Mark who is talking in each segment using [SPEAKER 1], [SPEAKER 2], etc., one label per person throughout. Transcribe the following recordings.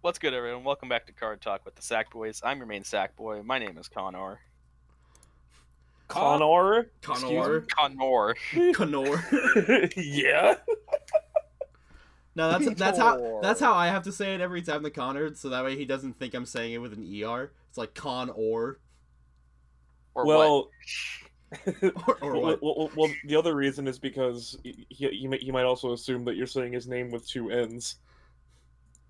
[SPEAKER 1] What's good, everyone? Welcome back to Card Talk with the Sack Boys. I'm your main Sack Boy. My name is Connor.
[SPEAKER 2] Connor.
[SPEAKER 3] Connor.
[SPEAKER 1] Connor.
[SPEAKER 3] Connor.
[SPEAKER 2] yeah.
[SPEAKER 3] No, that's that's how that's how I have to say it every time the Connor, so that way he doesn't think I'm saying it with an er. It's like con or
[SPEAKER 1] Or what?
[SPEAKER 2] well,
[SPEAKER 3] or, or
[SPEAKER 2] well,
[SPEAKER 3] what?
[SPEAKER 2] well, well, the other reason is because he, he, might- he might also assume that you're saying his name with two N's.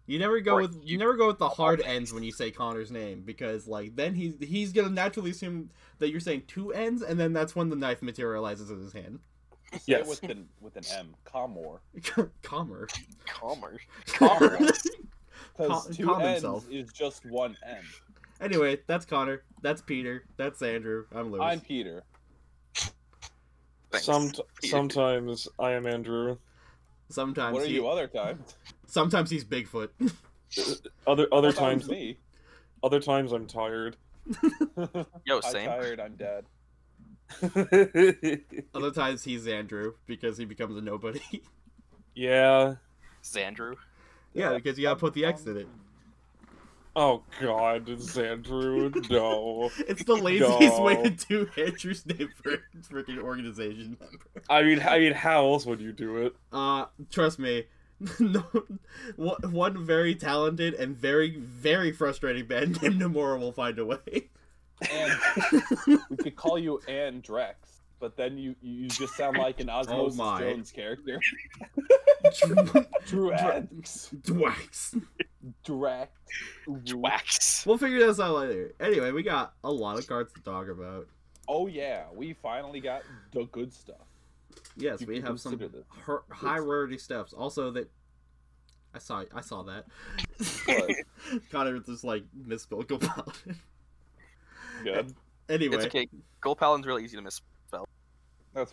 [SPEAKER 3] You never go
[SPEAKER 1] or
[SPEAKER 3] with you never go with the hard ends when you say Connor's name because like then he's he's gonna naturally assume that you're saying two ends, and then that's when the knife materializes in his hand.
[SPEAKER 4] Say it
[SPEAKER 2] Yes.
[SPEAKER 4] with an with an M, Comor,
[SPEAKER 3] Calmer.
[SPEAKER 1] Commerce. Commerce.
[SPEAKER 3] Com-
[SPEAKER 4] because two
[SPEAKER 3] calm
[SPEAKER 4] N's
[SPEAKER 3] himself.
[SPEAKER 4] is just one M.
[SPEAKER 3] anyway, that's Connor. That's Peter. That's Andrew. I'm Lewis.
[SPEAKER 4] I'm Peter.
[SPEAKER 1] Thanks.
[SPEAKER 2] Some, sometimes I am Andrew.
[SPEAKER 3] Sometimes
[SPEAKER 4] what are
[SPEAKER 3] he,
[SPEAKER 4] you other time?
[SPEAKER 3] sometimes he's Bigfoot.
[SPEAKER 2] Other other
[SPEAKER 4] Sometimes
[SPEAKER 2] times,
[SPEAKER 4] me.
[SPEAKER 2] other times I'm tired.
[SPEAKER 1] Yo,
[SPEAKER 4] I'm
[SPEAKER 1] same.
[SPEAKER 4] tired. I'm dead.
[SPEAKER 3] Other times he's Andrew because he becomes a nobody.
[SPEAKER 2] yeah.
[SPEAKER 1] Xandru.
[SPEAKER 3] yeah, because you gotta put the X in it.
[SPEAKER 2] Oh God, it's Andrew. No.
[SPEAKER 3] It's the laziest
[SPEAKER 2] No.
[SPEAKER 3] way to do Andrew's name for a freaking organization member.
[SPEAKER 2] I mean, I mean, how else would you do it?
[SPEAKER 3] Uh, trust me, no, one one very talented and very very frustrating band named Nomura will find a way.
[SPEAKER 4] And we could call you Ann Drex, but then you you just sound like an Osmosis
[SPEAKER 3] Oh my.
[SPEAKER 4] Jones character.
[SPEAKER 3] Dr-
[SPEAKER 4] Drex.
[SPEAKER 3] Dwax.
[SPEAKER 4] Drex.
[SPEAKER 1] Wax.
[SPEAKER 3] We'll figure this out later. Anyway, we got a lot of cards to talk about.
[SPEAKER 4] Oh yeah, we finally got the good stuff.
[SPEAKER 3] Yes,
[SPEAKER 4] You
[SPEAKER 3] we
[SPEAKER 4] can
[SPEAKER 3] have some
[SPEAKER 4] consider this.
[SPEAKER 3] her- high rarity stuffs. Also, that I saw, I saw that.
[SPEAKER 4] But
[SPEAKER 3] Connor just like misspelled Gopal.
[SPEAKER 2] Good.
[SPEAKER 3] anyway,
[SPEAKER 1] It's okay. Gold Paladin's really easy to miss.
[SPEAKER 4] that's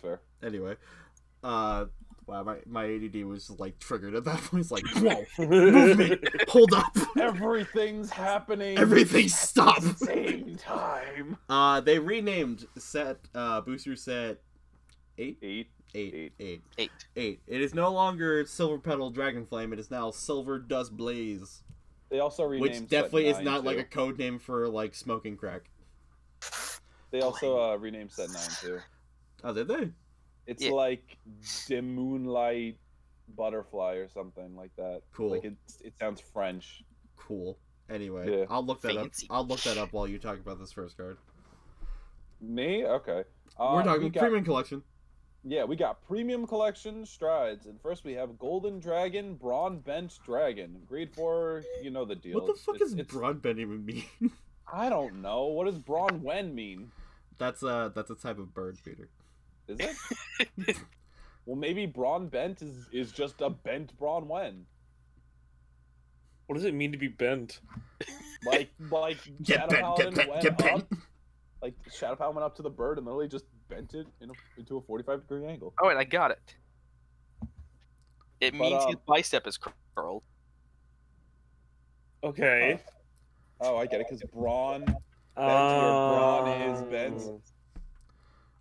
[SPEAKER 4] fair.
[SPEAKER 3] anyway, uh, wow, my my ADD was like triggered at that point. It's like, whoa, movement,
[SPEAKER 2] Movement.
[SPEAKER 3] hold up,
[SPEAKER 4] Everything's happening.
[SPEAKER 3] everything, stop.
[SPEAKER 4] Same time.
[SPEAKER 3] Uh, they renamed set uh booster set eight
[SPEAKER 4] Eight.
[SPEAKER 3] eight eight
[SPEAKER 4] Eight.
[SPEAKER 3] eight.
[SPEAKER 1] Eight.
[SPEAKER 3] It is no longer Silver Petal Dragon Flame. It is now Silver Dust Blaze,
[SPEAKER 4] They also renamed
[SPEAKER 3] which
[SPEAKER 4] set
[SPEAKER 3] definitely is
[SPEAKER 4] nine,
[SPEAKER 3] not
[SPEAKER 4] too.
[SPEAKER 3] like a code name for like smoking crack.
[SPEAKER 4] They also uh, renamed set nine too.
[SPEAKER 3] Oh, did they?
[SPEAKER 4] It's
[SPEAKER 1] Yeah.
[SPEAKER 4] like the moonlight butterfly or something like that.
[SPEAKER 3] Cool.
[SPEAKER 4] Like it, it sounds French.
[SPEAKER 3] Cool. Anyway,
[SPEAKER 4] Yeah.
[SPEAKER 3] I'll look that
[SPEAKER 1] Fancy.
[SPEAKER 3] up. I'll look that up while you talk about this first card.
[SPEAKER 4] Me? Okay. Uh,
[SPEAKER 3] We're
[SPEAKER 4] we
[SPEAKER 3] talking
[SPEAKER 4] got-
[SPEAKER 3] premium collection.
[SPEAKER 4] Yeah, we got premium collection strides, and first we have golden dragon, brawn bench dragon, grade four. You know the deal.
[SPEAKER 3] What the fuck
[SPEAKER 4] It's-
[SPEAKER 3] does
[SPEAKER 4] it's-
[SPEAKER 3] broadbent even mean?
[SPEAKER 4] I don't know. What does brawn wen mean?
[SPEAKER 3] that's a that's a type of bird, Peter.
[SPEAKER 4] Is it? well, maybe brawn bent is is just a bent brawn wen.
[SPEAKER 2] What does it mean to be bent?
[SPEAKER 4] Like like Shadow Paladin went up like Shadow Paladin went up to the bird and literally just bent it in a, into a 45 degree angle.
[SPEAKER 1] Oh, and I got it. It
[SPEAKER 4] But,
[SPEAKER 1] means
[SPEAKER 4] um,
[SPEAKER 1] his bicep is curled.
[SPEAKER 2] Okay.
[SPEAKER 4] Oh, I get it, because Braun.
[SPEAKER 2] Ah.
[SPEAKER 4] Bent Uh, where Braun is bent. Oh,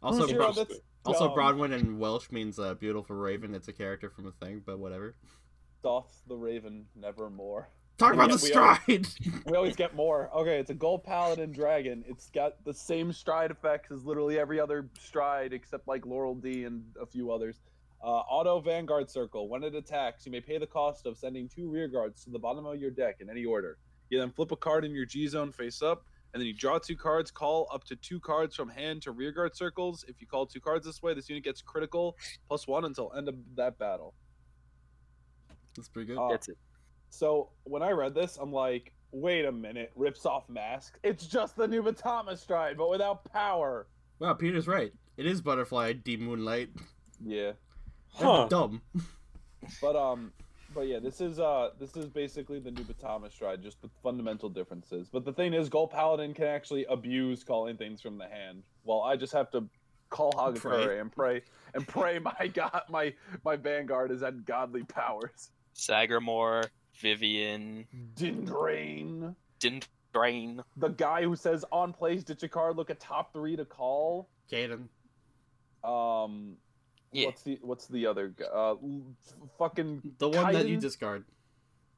[SPEAKER 3] Also,
[SPEAKER 2] Zero,
[SPEAKER 3] Bro-
[SPEAKER 2] that's-
[SPEAKER 3] also
[SPEAKER 4] dumb.
[SPEAKER 3] Bronwyn in Welsh means uh, beautiful raven. It's a character from a thing, but whatever.
[SPEAKER 4] Doth the Raven nevermore.
[SPEAKER 3] Talk about
[SPEAKER 4] Yeah,
[SPEAKER 3] the
[SPEAKER 4] we are-
[SPEAKER 3] stride.
[SPEAKER 4] We always get more. Okay, it's a gold paladin dragon. It's got the same stride effects as literally every other stride except like Laurel D and a few others. Uh, auto Vanguard Circle. When it attacks, you may pay the cost of sending two rear guards to the bottom of your deck in any order. You then flip a card in your G zone face up, and then you draw two cards. Call up to two cards from hand to rear guard circles. If you call two cards this way, this unit gets critical plus one until end of that battle.
[SPEAKER 3] That's pretty good.
[SPEAKER 4] Uh,
[SPEAKER 1] That's it.
[SPEAKER 4] So when I read this, I'm like, wait a minute, rips off mask. It's just the new Batama stride, but without power.
[SPEAKER 3] wow, Peter's right. It is butterfly D moonlight.
[SPEAKER 4] Yeah.
[SPEAKER 2] Uh, Huh.
[SPEAKER 3] Dumb.
[SPEAKER 4] But um but yeah, this is uh this is basically the new Batama stride, just with fundamental differences. But the thing is Gold Paladin can actually abuse calling things from the hand. While I just have to call
[SPEAKER 3] Pray.
[SPEAKER 4] Hagatura and pray and pray my god my my vanguard is at godly powers.
[SPEAKER 1] Sagamore, Vivian,
[SPEAKER 4] Dindrain.
[SPEAKER 1] Dindrain.
[SPEAKER 4] The guy who says on plays ditch a card, look at top three to call.
[SPEAKER 3] Caden.
[SPEAKER 4] Um
[SPEAKER 1] Yeah.
[SPEAKER 4] What's the What's the other? gu- Uh, l- f- fucking
[SPEAKER 3] The one that you
[SPEAKER 4] Kaiden?
[SPEAKER 3] discard.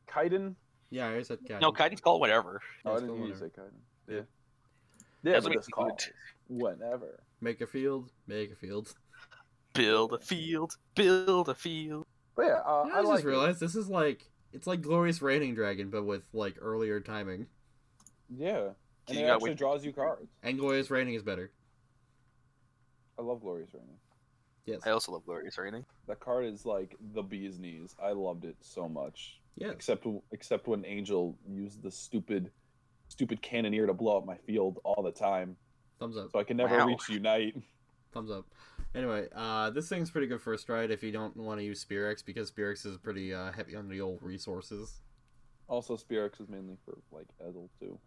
[SPEAKER 4] Kaiden.
[SPEAKER 3] Yeah, I said Kaiden.
[SPEAKER 1] No, Kaiden's called whatever.
[SPEAKER 4] Oh, I
[SPEAKER 3] Yes,
[SPEAKER 4] didn't
[SPEAKER 3] go
[SPEAKER 4] use
[SPEAKER 3] on.
[SPEAKER 4] it, kind of.
[SPEAKER 3] Yeah.
[SPEAKER 4] Yeah,
[SPEAKER 1] That's
[SPEAKER 4] but
[SPEAKER 1] what
[SPEAKER 4] it's
[SPEAKER 1] we
[SPEAKER 4] called
[SPEAKER 1] do.
[SPEAKER 4] whenever.
[SPEAKER 3] Make a field. Make a field.
[SPEAKER 1] Build a field. Build a field.
[SPEAKER 4] But yeah, uh,
[SPEAKER 3] You know,
[SPEAKER 4] I,
[SPEAKER 3] I,
[SPEAKER 4] like
[SPEAKER 3] just
[SPEAKER 4] it.
[SPEAKER 3] realized this is like it's like glorious raining dragon, but with like earlier timing.
[SPEAKER 4] Yeah, and
[SPEAKER 1] You
[SPEAKER 4] it
[SPEAKER 1] got
[SPEAKER 4] actually
[SPEAKER 1] what-
[SPEAKER 4] draws you cards.
[SPEAKER 3] And glorious raining is better.
[SPEAKER 4] I love Glorious Raining.
[SPEAKER 3] Yes.
[SPEAKER 1] I also love Glorious Raining.
[SPEAKER 4] That card is like the bee's knees. I loved it so much.
[SPEAKER 3] Yes.
[SPEAKER 4] Except except when Angel used the stupid, stupid cannoneer to blow up my field all the time,
[SPEAKER 3] Thumbs up.
[SPEAKER 4] so I can never
[SPEAKER 1] Wow.
[SPEAKER 4] reach Unite.
[SPEAKER 3] Thumbs up. Anyway, uh, this thing's pretty good for a stride if you don't want to use Spearx because Spearx is pretty uh, heavy on the old resources.
[SPEAKER 4] Also, Spearx is mainly for like Ezel too.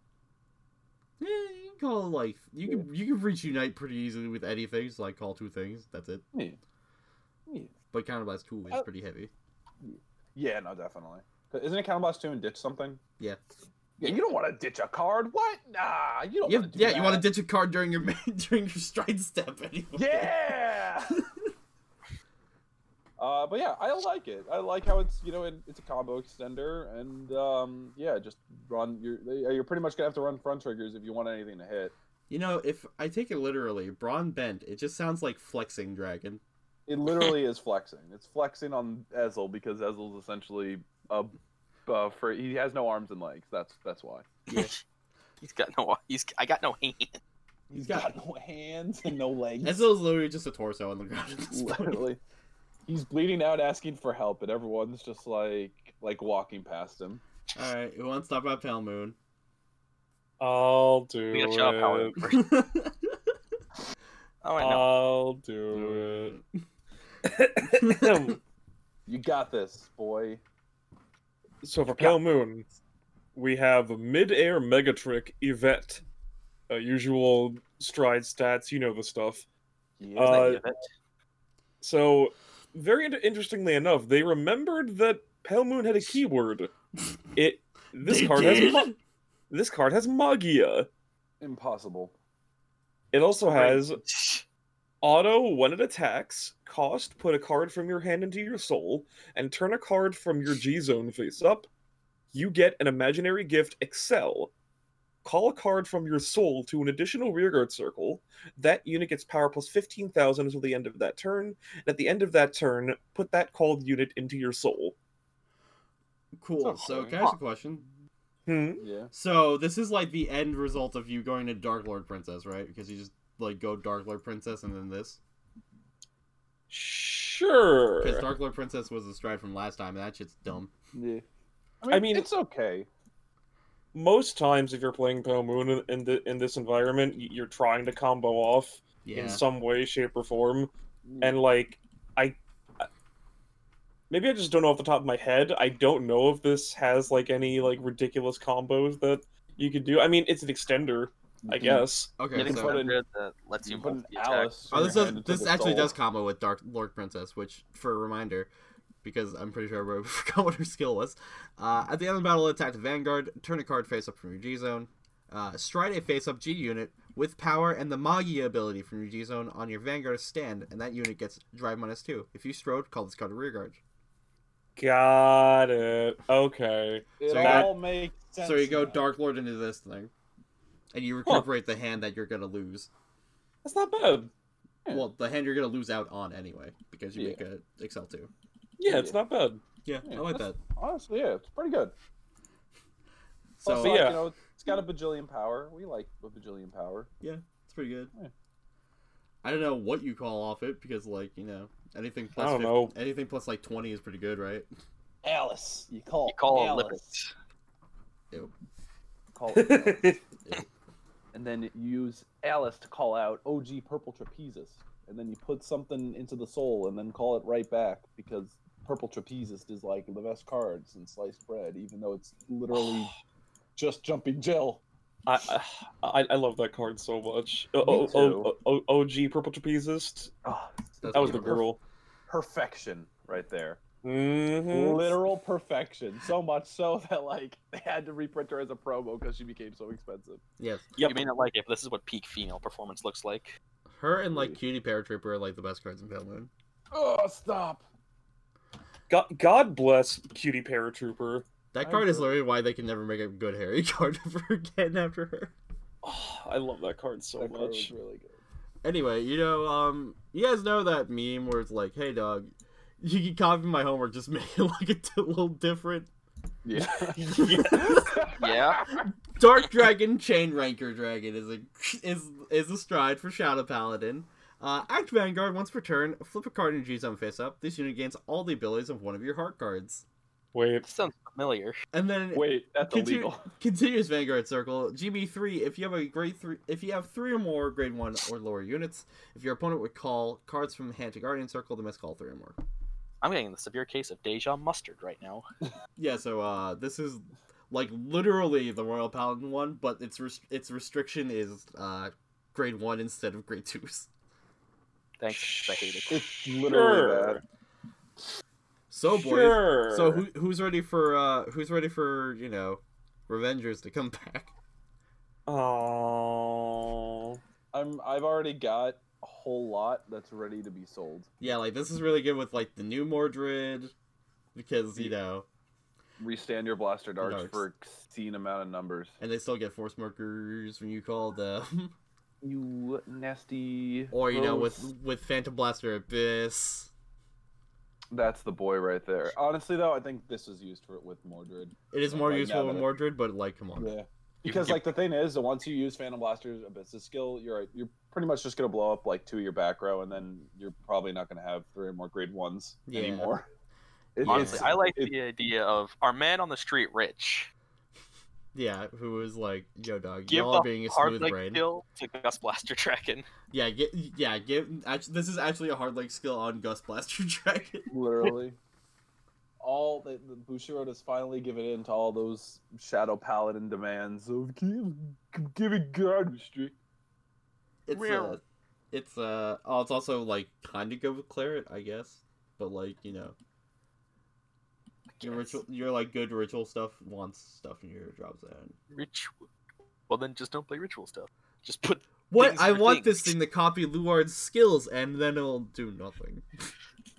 [SPEAKER 3] Yeah, you can call like you can you can reach unite pretty easily with anything. Just like call two things, that's it.
[SPEAKER 4] Yeah. Yeah.
[SPEAKER 3] But counterblast two is
[SPEAKER 4] Oh.
[SPEAKER 3] pretty heavy.
[SPEAKER 4] Yeah, no, definitely. 'Cause Isn't it Counterblast 2 and ditch something?
[SPEAKER 3] Yeah.
[SPEAKER 4] Yeah, you don't want to ditch a card. What? Nah, you don't
[SPEAKER 3] You
[SPEAKER 4] want
[SPEAKER 3] have-
[SPEAKER 4] to do
[SPEAKER 3] yeah, you want
[SPEAKER 4] that.
[SPEAKER 3] to ditch a card during your main- during your stride step anyway.
[SPEAKER 4] Yeah. uh, but yeah, I like it. I like how it's you know it, it's a combo extender, and um, yeah, just run. You're uh, you're pretty much gonna have to run front triggers if you want anything to hit.
[SPEAKER 3] You know, if I take it literally, Brawn Bent, it just sounds like flexing dragon.
[SPEAKER 4] It literally is flexing. It's flexing on Ezel because Ezel's essentially a. Uh, for he has no arms and legs. That's that's why
[SPEAKER 1] He's got no. He's. I got no hand.
[SPEAKER 3] He's got-
[SPEAKER 4] no hands and no legs.
[SPEAKER 3] Ezreal is literally just a torso on the ground. at this point.
[SPEAKER 4] literally he's bleeding out asking for help and everyone's just like like walking past him
[SPEAKER 3] All right, who wants to talk about Pale Moon?
[SPEAKER 2] I'll do
[SPEAKER 1] We gotta shut up, Howard.
[SPEAKER 2] it.
[SPEAKER 1] first. Oh, I know.
[SPEAKER 2] I'll do it.
[SPEAKER 4] you got this boy
[SPEAKER 2] so for Pale Moon, we have mid-air Megatrick Yvette. Uh, usual stride stats, you know the stuff.
[SPEAKER 4] yeah.
[SPEAKER 2] Uh,
[SPEAKER 1] Is that
[SPEAKER 2] So, very in- interestingly enough, they remembered that Pale Moon had a keyword. It this
[SPEAKER 3] They
[SPEAKER 2] card
[SPEAKER 3] did?
[SPEAKER 2] has ma- this card has Magia.
[SPEAKER 4] impossible
[SPEAKER 2] It also has
[SPEAKER 1] Yvette?
[SPEAKER 2] auto when it attacks. Cost: put a card from your hand into your soul and turn a card from your G zone face up. You get an imaginary gift Excel. Call a card from your soul to an additional rearguard circle. That unit gets power plus 15,000 until the end of that turn. And at the end of that turn, put that called unit into your soul.
[SPEAKER 3] Cool.
[SPEAKER 1] It's
[SPEAKER 3] So,
[SPEAKER 1] okay.
[SPEAKER 3] can I ask a question?
[SPEAKER 2] Hmm.
[SPEAKER 4] yeah
[SPEAKER 3] So, this is like the end result of you going to Dark Lord Princess, right? Because you just like go Dark Lord Princess and then this.
[SPEAKER 2] Sure.
[SPEAKER 3] Because Dark Lord Princess was the stride from last time, and that shit's dumb.
[SPEAKER 4] yeah I mean,
[SPEAKER 2] I mean-
[SPEAKER 4] it's okay
[SPEAKER 2] Most times, if you're playing Pale Moon in, in, the, in this environment, y- you're trying to combo off
[SPEAKER 3] Yeah.
[SPEAKER 2] in some way, shape, or form. And, like, I. I- Maybe I just don't know off the top of my head. I don't know if this has, like, any, like, ridiculous combos that you could do. I mean, it's an extender,
[SPEAKER 4] Mm-hmm.
[SPEAKER 2] I guess.
[SPEAKER 1] Yeah,
[SPEAKER 3] Okay.
[SPEAKER 1] they
[SPEAKER 4] can
[SPEAKER 3] So,
[SPEAKER 4] put in-
[SPEAKER 1] put that lets
[SPEAKER 4] you
[SPEAKER 1] you
[SPEAKER 4] put an
[SPEAKER 1] multi attack.
[SPEAKER 4] Alice
[SPEAKER 3] oh, this does,
[SPEAKER 4] your hand into
[SPEAKER 3] this
[SPEAKER 4] the
[SPEAKER 3] actually
[SPEAKER 4] soul.
[SPEAKER 3] does combo with Dark Lord Princess, which for a reminder, because I'm pretty sure I forgot what her skill was. Uh, at the end of the battle, attack the Vanguard, turn a card face up from your G zone, uh, stride a face up G unit with power and the Magia ability from your G zone on your Vanguard stand, and that unit gets drive minus two. If you strode, call this card a rearguard.
[SPEAKER 2] Got it. Okay.
[SPEAKER 4] it
[SPEAKER 3] so
[SPEAKER 2] that-
[SPEAKER 4] all makes sense
[SPEAKER 3] So you go
[SPEAKER 4] now.
[SPEAKER 3] Dark Lord into this thing, and you recuperate the hand that you're gonna lose.
[SPEAKER 2] That's not bad.
[SPEAKER 4] Yeah.
[SPEAKER 3] Well, the hand you're gonna lose out on anyway because you
[SPEAKER 4] Yeah.
[SPEAKER 3] make a Excel two.
[SPEAKER 2] Yeah, it's not bad.
[SPEAKER 3] Yeah,
[SPEAKER 4] Yeah,
[SPEAKER 3] I like that.
[SPEAKER 4] that's- honestly yeah it's pretty good
[SPEAKER 3] So
[SPEAKER 4] Plus,
[SPEAKER 2] So,
[SPEAKER 4] like,
[SPEAKER 2] yeah.
[SPEAKER 4] you know it's got a bajillion power we like a bajillion power
[SPEAKER 3] it's pretty good.
[SPEAKER 4] Yeah.
[SPEAKER 3] I don't know what you call off it because, like, you know, anything plus
[SPEAKER 2] I don't
[SPEAKER 3] 50
[SPEAKER 2] know.
[SPEAKER 3] anything plus like twenty is pretty good, right?
[SPEAKER 4] Alice you call
[SPEAKER 1] You call it liberate.
[SPEAKER 4] call and then you use Alice to call out OG Purple Trapezus, and then you put something into the soul and then call it right back because Purple Trapezus is like the best cards in sliced bread, even though it's literally just jumping Jill.
[SPEAKER 2] I, I I love that card so much. O- O- O- O- OG Purple Trapezist.
[SPEAKER 4] Ah,
[SPEAKER 3] That's
[SPEAKER 2] That was the
[SPEAKER 3] pretty good.
[SPEAKER 2] girl.
[SPEAKER 4] perfection right there.
[SPEAKER 2] Mm-hmm.
[SPEAKER 4] Literal perfection. So much so that like they had to reprint her as a promo because she became so expensive.
[SPEAKER 3] Yes,
[SPEAKER 1] You
[SPEAKER 2] Yep.
[SPEAKER 1] may not like it, but this is what peak female performance looks like.
[SPEAKER 3] her and like Cutie Paratrooper are like the best cards in Pale Moon.
[SPEAKER 4] Oh, stop.
[SPEAKER 2] God, God bless Cutie Paratrooper.
[SPEAKER 3] That
[SPEAKER 4] I
[SPEAKER 3] card is
[SPEAKER 4] agree.
[SPEAKER 3] literally why they can never make a good Harry card ever again after her.
[SPEAKER 2] Oh, I love that card so
[SPEAKER 4] that card
[SPEAKER 2] much.
[SPEAKER 4] was really good.
[SPEAKER 3] Anyway, you know, um, you guys know that meme where it's like, "Hey, dog, you can copy my homework, just make it look a t- little different."
[SPEAKER 4] Yeah.
[SPEAKER 1] Yeah.
[SPEAKER 3] Dark Dragon Chain Ranker Dragon is a is is a stride for Shadow Paladin. Uh, act Vanguard once per turn, flip a card in your G zone face up. This unit gains all the abilities of one of your heart cards.
[SPEAKER 2] Wait,
[SPEAKER 1] That sounds familiar.
[SPEAKER 3] And then
[SPEAKER 4] Wait, that's
[SPEAKER 3] Continue-
[SPEAKER 4] illegal.
[SPEAKER 3] Continuous Vanguard Circle. GB three. If you have a grade three, if you have three or more grade one or lower units, if your opponent would call cards from hand to Guardian Circle, they must call three or more.
[SPEAKER 1] I'm getting the severe case of deja mustard right now.
[SPEAKER 3] Yeah. So uh, this is like literally the Royal Paladin one, but its rest- its restriction is uh, grade one instead of grade twos.
[SPEAKER 1] Thanks. I hate it.
[SPEAKER 4] It's literally
[SPEAKER 2] Sure.
[SPEAKER 3] So boys.
[SPEAKER 2] sure.
[SPEAKER 3] So who, who's ready for uh, who's ready for you know, Revengers to come back?
[SPEAKER 2] Oh.
[SPEAKER 4] that. I'm I've already got a whole lot that's ready to be sold.
[SPEAKER 3] Yeah, like this is really good with like the new Mordred, because you know.
[SPEAKER 4] Restand your blaster darts
[SPEAKER 3] Darts.
[SPEAKER 4] for obscene amount of numbers.
[SPEAKER 3] and they still get force markers when you call them.
[SPEAKER 4] You nasty.
[SPEAKER 3] or you know,
[SPEAKER 4] gross-
[SPEAKER 3] with with Phantom Blaster Abyss,
[SPEAKER 4] that's the boy right there. Honestly, though, I think this is used for it with Mordred.
[SPEAKER 3] it is more
[SPEAKER 4] Right now,
[SPEAKER 3] useful with
[SPEAKER 4] but-
[SPEAKER 3] Mordred, but like, come on,
[SPEAKER 4] Yeah. Because like the thing is, that once you use Phantom Blaster's Abyss's skill, you're you're pretty much just gonna blow up like two of your back row, and then you're probably not gonna have three or more grade ones
[SPEAKER 3] Yeah.
[SPEAKER 4] anymore. It-
[SPEAKER 1] Honestly,
[SPEAKER 4] it's-
[SPEAKER 1] I like
[SPEAKER 4] it-
[SPEAKER 1] the idea of our man on the street rich.
[SPEAKER 3] yeah, who was like, yo, dog,
[SPEAKER 1] Give
[SPEAKER 3] y'all are
[SPEAKER 1] a
[SPEAKER 3] being a
[SPEAKER 1] hard
[SPEAKER 3] smooth
[SPEAKER 1] leg
[SPEAKER 3] brain.
[SPEAKER 1] kill to Gus Blaster Dragon.
[SPEAKER 3] Yeah, get, yeah, give. Actually, this is actually a hard leg skill on Gust Blaster Dragon.
[SPEAKER 4] literally. All the, the Bushiroad has finally given in to all those Shadow Paladin demands of give, give it garnistry.
[SPEAKER 3] It's
[SPEAKER 1] Meow.
[SPEAKER 3] uh, it's uh, oh, it's also like kind of good with Claret, I guess, but like you know, your
[SPEAKER 1] Yes.
[SPEAKER 3] ritual, your like good ritual stuff wants stuff in your drop zone.
[SPEAKER 1] Ritual. Well, then just don't play ritual stuff. Just put.
[SPEAKER 3] What
[SPEAKER 1] Things
[SPEAKER 3] I
[SPEAKER 1] for
[SPEAKER 3] want
[SPEAKER 1] things.
[SPEAKER 3] this thing to copy Luard's skills, and then it'll do nothing.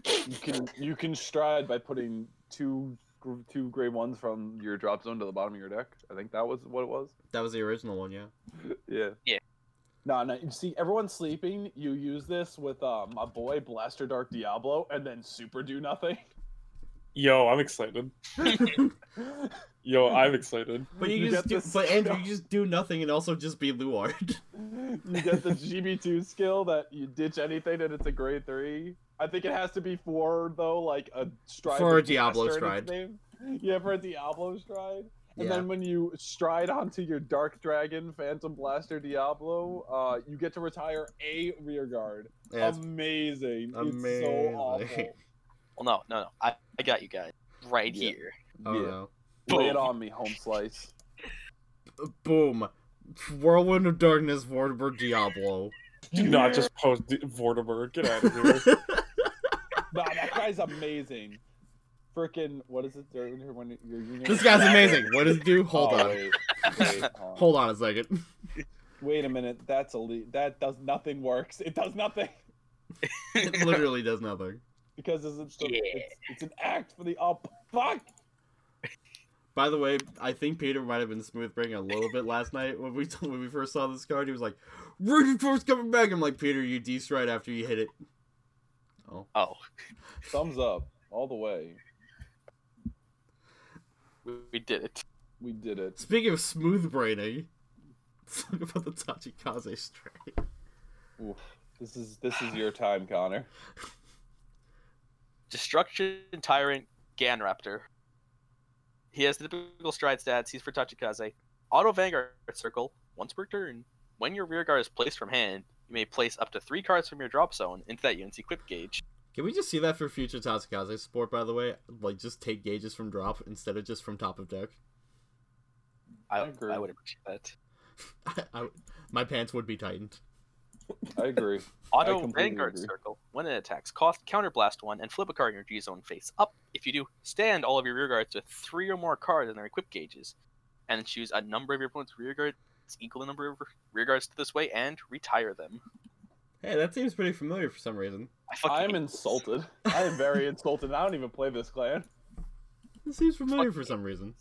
[SPEAKER 4] You can you can stride by putting two gr- two grade ones from your drop zone to the bottom of your deck. I think that was what it was.
[SPEAKER 3] That was the original one, yeah.
[SPEAKER 4] Yeah.
[SPEAKER 1] Yeah.
[SPEAKER 4] No, no. You see, everyone's sleeping. You use this with uh, my boy Blaster Dark Diablo, and then super do nothing.
[SPEAKER 2] Yo, I'm excited. Yo, I'm excited.
[SPEAKER 3] But you,
[SPEAKER 4] You
[SPEAKER 3] just
[SPEAKER 4] got
[SPEAKER 3] do,
[SPEAKER 4] the
[SPEAKER 3] but Andrew,
[SPEAKER 4] skill.
[SPEAKER 3] you just do nothing and also just be Luard.
[SPEAKER 4] you get the GB2 skill that you ditch anything, and it's a grade three. I think it has to be four though, like a stride
[SPEAKER 3] For a
[SPEAKER 4] with
[SPEAKER 3] Diablo
[SPEAKER 4] Blaster in
[SPEAKER 3] stride.
[SPEAKER 4] its name. Yeah, for a Diablo stride. And
[SPEAKER 3] Yeah.
[SPEAKER 4] then when you stride onto your Dark Dragon, Phantom Blaster, Diablo, uh, you get to retire a rear guard.
[SPEAKER 3] Yeah,
[SPEAKER 4] um,
[SPEAKER 3] it's-
[SPEAKER 4] amazing. It's so
[SPEAKER 3] Amazing.
[SPEAKER 4] awful.
[SPEAKER 1] Well, no, no, no. I, I got you guys right
[SPEAKER 4] Yeah.
[SPEAKER 1] here.
[SPEAKER 3] oh
[SPEAKER 4] yeah.
[SPEAKER 3] no.
[SPEAKER 4] Lay it
[SPEAKER 1] Boom.
[SPEAKER 4] on me, home slice.
[SPEAKER 3] Boom. Whirlwind of Darkness, Vortimer Diablo.
[SPEAKER 2] Do not just post D- Vortimer. Get out of here.
[SPEAKER 4] Nah, that guy's amazing. Freaking, what is it? Your- your- when your union-
[SPEAKER 3] this guy's amazing. What does it do? Hold
[SPEAKER 4] Oh,
[SPEAKER 3] on.
[SPEAKER 4] Wait, wait, hold on.
[SPEAKER 3] Hold on a second.
[SPEAKER 4] Wait a minute. That's elite. That does nothing. Works. It does nothing
[SPEAKER 3] It literally does nothing.
[SPEAKER 4] because it's, it's,
[SPEAKER 1] Yeah.
[SPEAKER 4] it's, it's an act for the up. Fuck.
[SPEAKER 3] By the way, I think Peter might have been smooth bringing a little bit last night when we when we first saw this card. He was like, "Raging Force coming back." I'm like, "Peter, you dec right after you hit it." Oh,
[SPEAKER 1] Oh,
[SPEAKER 4] Thumbs up all the way.
[SPEAKER 1] we, we did it.
[SPEAKER 4] We did it.
[SPEAKER 3] speaking of smooth braining, let's talk about the Tachikaze strike.
[SPEAKER 4] Oof. This is this is your time, Connor.
[SPEAKER 1] Destruction Tyrant Ganraptor. He has the typical stride stats. He's for Tachikaze. Auto Vanguard Circle, once per turn. When your rear guard is placed from hand, you may place up to three cards from your drop zone into that unit's equip gauge.
[SPEAKER 3] Can we just see that for future Tachikaze support? By the way, like just take gauges from drop instead of just from top of deck.
[SPEAKER 1] I,
[SPEAKER 4] I
[SPEAKER 1] I,
[SPEAKER 4] agree.
[SPEAKER 1] would appreciate that.
[SPEAKER 3] I, I- my pants would be tightened.
[SPEAKER 4] I agree.
[SPEAKER 1] Auto
[SPEAKER 4] completely
[SPEAKER 1] Vanguard
[SPEAKER 4] agree.
[SPEAKER 1] Circle, when it attacks, cost counterblast one and flip a card in your G zone face up. If you do, stand all of your rear guards to three or more cards in their equip gauges, and choose a number of your opponent's rear guards equal the number of rear guards to this way and retire them.
[SPEAKER 3] Hey, that seems pretty familiar for some reason.
[SPEAKER 1] I fucking
[SPEAKER 4] I am
[SPEAKER 1] hate-
[SPEAKER 4] insulted. I am very insulted. I don't even play this clan.
[SPEAKER 3] This seems familiar for some reason.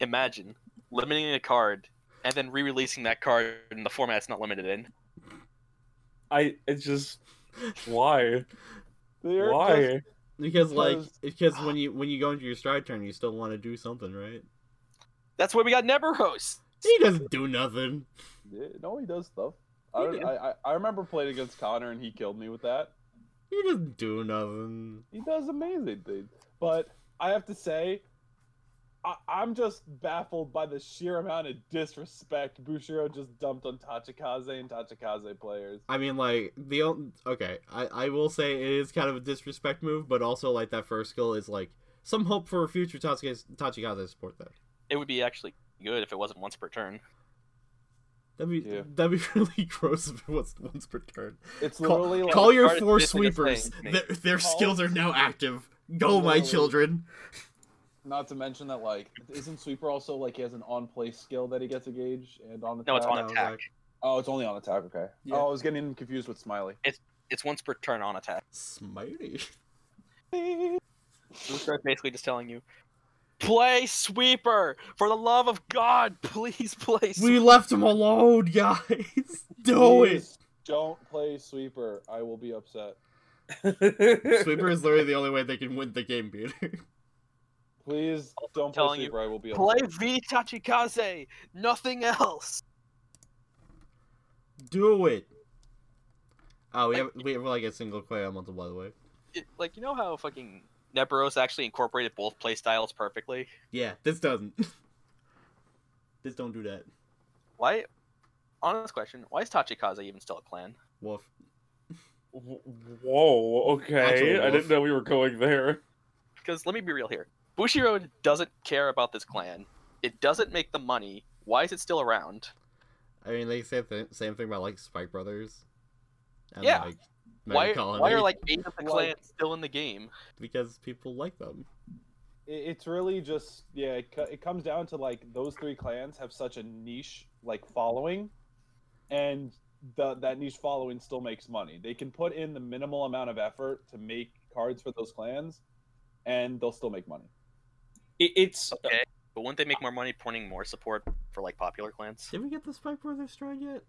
[SPEAKER 1] Imagine limiting a card and then re-releasing that card in the format it's not limited in.
[SPEAKER 2] I it's just why
[SPEAKER 4] They're just-
[SPEAKER 2] why
[SPEAKER 3] Because like
[SPEAKER 4] Because-
[SPEAKER 3] because when you when you go into your stride turn, you still want to do something, right?
[SPEAKER 1] That's why we got Neberos.
[SPEAKER 3] He doesn't do nothing.
[SPEAKER 4] Yeah, no, he does stuff.
[SPEAKER 3] He
[SPEAKER 4] I,
[SPEAKER 3] did.
[SPEAKER 4] don't, I, I I remember playing against Connor and he killed me with that.
[SPEAKER 3] He doesn't do nothing.
[SPEAKER 4] He does amazing things. But I have to say, I, I'm just baffled by the sheer amount of disrespect Bushiro just dumped on Tachikaze and Tachikaze players.
[SPEAKER 3] I mean, like the on- okay, I I will say it is kind of a disrespect move, but also like that first skill is like some hope for a future Tatsuke, Tachikaze support there.
[SPEAKER 1] It would be actually good if it wasn't once per turn.
[SPEAKER 3] That'd be
[SPEAKER 4] Yeah.
[SPEAKER 3] that'd be really gross if it was once per turn.
[SPEAKER 4] It's
[SPEAKER 3] Call-
[SPEAKER 4] literally like
[SPEAKER 3] Call your
[SPEAKER 1] Card is
[SPEAKER 3] four
[SPEAKER 1] basically the
[SPEAKER 3] sweepers.
[SPEAKER 1] same thing.
[SPEAKER 3] Their, their
[SPEAKER 4] Call-
[SPEAKER 3] skills are now active. Go, my
[SPEAKER 4] Literally.
[SPEAKER 3] children.
[SPEAKER 4] not to mention that like isn't Sweeper also like he has an on play skill that he gets a gauge and on the
[SPEAKER 1] No, it's on
[SPEAKER 3] No,
[SPEAKER 1] attack.
[SPEAKER 3] like-
[SPEAKER 4] Oh, it's only on attack, okay.
[SPEAKER 3] Yeah.
[SPEAKER 4] Oh, I was getting confused with Smiley.
[SPEAKER 1] It's once per turn on attack.
[SPEAKER 3] Smitey.
[SPEAKER 1] Lucas basically just telling you, play sweeper for the love of God, please play. Sweeper.
[SPEAKER 3] We left him alone, guys. Do it.
[SPEAKER 4] Please Don't play Sweeper. I will be upset.
[SPEAKER 3] Sweeper is literally the only way they can win the game, Peter.
[SPEAKER 4] Please don't play
[SPEAKER 1] telling you,
[SPEAKER 4] Sweeper. I will be upset.
[SPEAKER 1] Play V Tachikaze, nothing else.
[SPEAKER 3] Do it. Oh, we have we have like a single Quail Month, by the way.
[SPEAKER 1] It- like you know how fucking Neperos actually incorporated both playstyles perfectly.
[SPEAKER 3] Yeah, this doesn't. this don't do that.
[SPEAKER 1] Why? Honest question: Why is Tachikaze even still a clan?
[SPEAKER 3] Wolf.
[SPEAKER 2] Whoa, okay.
[SPEAKER 3] Actual
[SPEAKER 2] I
[SPEAKER 3] wolf.
[SPEAKER 2] didn't know we were going there.
[SPEAKER 1] Because let me be real here, Bushiro doesn't care about this clan. It doesn't make the money. Why is it still around?
[SPEAKER 3] I mean, they say the same thing about like Spike Brothers. And,
[SPEAKER 1] Yeah.
[SPEAKER 3] Like,
[SPEAKER 1] Why,
[SPEAKER 3] Mega Colony,
[SPEAKER 1] why are like eight of the
[SPEAKER 4] Like-
[SPEAKER 1] clans still in the game?
[SPEAKER 3] because people like them.
[SPEAKER 4] It- It's really just yeah. It, co- it comes down to like those three clans have such a niche like following, and the, that niche following still makes money. They can put in the minimal amount of effort to make cards for those clans, and they'll still make money.
[SPEAKER 2] It, it's
[SPEAKER 1] Okay, but wouldn't they make more money pointing more support for like popular clans?
[SPEAKER 3] Did we get the Spike Brothers stride yet?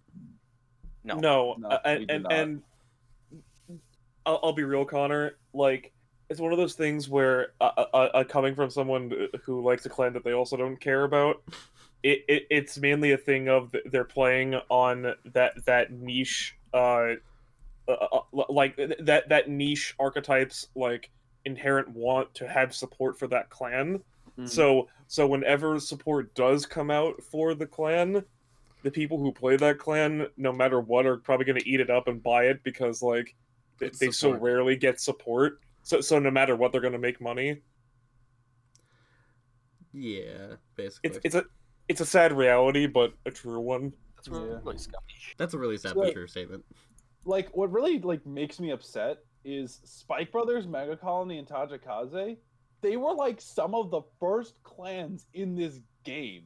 [SPEAKER 1] No.
[SPEAKER 2] No,
[SPEAKER 4] No,
[SPEAKER 2] uh,
[SPEAKER 4] we
[SPEAKER 2] and
[SPEAKER 4] did
[SPEAKER 2] and,
[SPEAKER 4] not.
[SPEAKER 2] and I'll, I'll be real, Connor. Like it's one of those things where uh, uh, uh, coming from someone who likes a clan that they also don't care about, it, it it's mainly a thing of th- they're playing on that that niche, uh, uh, uh, uh, like th- that that niche archetypes like inherent want to have support for that clan.
[SPEAKER 4] Mm-hmm.
[SPEAKER 2] So so whenever support does come out for the clan, the people who play that clan, no matter what, are probably going to eat it up and buy it because like they,
[SPEAKER 3] It's
[SPEAKER 2] they so
[SPEAKER 3] support.
[SPEAKER 2] rarely get support. So so no matter what, they're going to make money.
[SPEAKER 3] Yeah, basically.
[SPEAKER 2] It's it's a it's a sad reality, but a true one.
[SPEAKER 1] That's really
[SPEAKER 4] Yeah.
[SPEAKER 1] scummy.
[SPEAKER 3] That's a really sad
[SPEAKER 4] Wait.
[SPEAKER 3] but true statement.
[SPEAKER 4] like what really like makes me upset is Spike Brothers, Mega Colony, and Tajikaze. They were like some of the first clans in this game,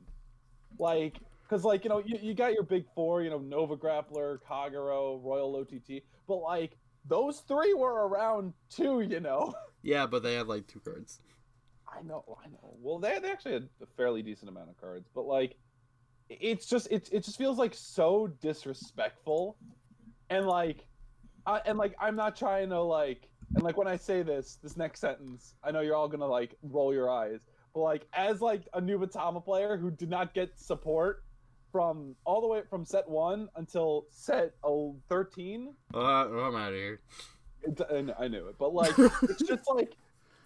[SPEAKER 4] like because like you know you, you got your big four, you know Nova Grappler, Kagero, Royal OTT, but like those three were around too, you know.
[SPEAKER 3] Yeah, but they had like two cards.
[SPEAKER 4] I know, I know. Well, they, they actually had a fairly decent amount of cards, but like, it's just it it just feels like so disrespectful, and like, I, and like I'm not trying to like, and like when I say this this next sentence, I know you're all gonna like roll your eyes, but like as like a new Batama player who did not get support from all the way from set one until set oh, 13,
[SPEAKER 3] Uh, I'm out of here.
[SPEAKER 4] it's, I kn- I knew it, but like it's just like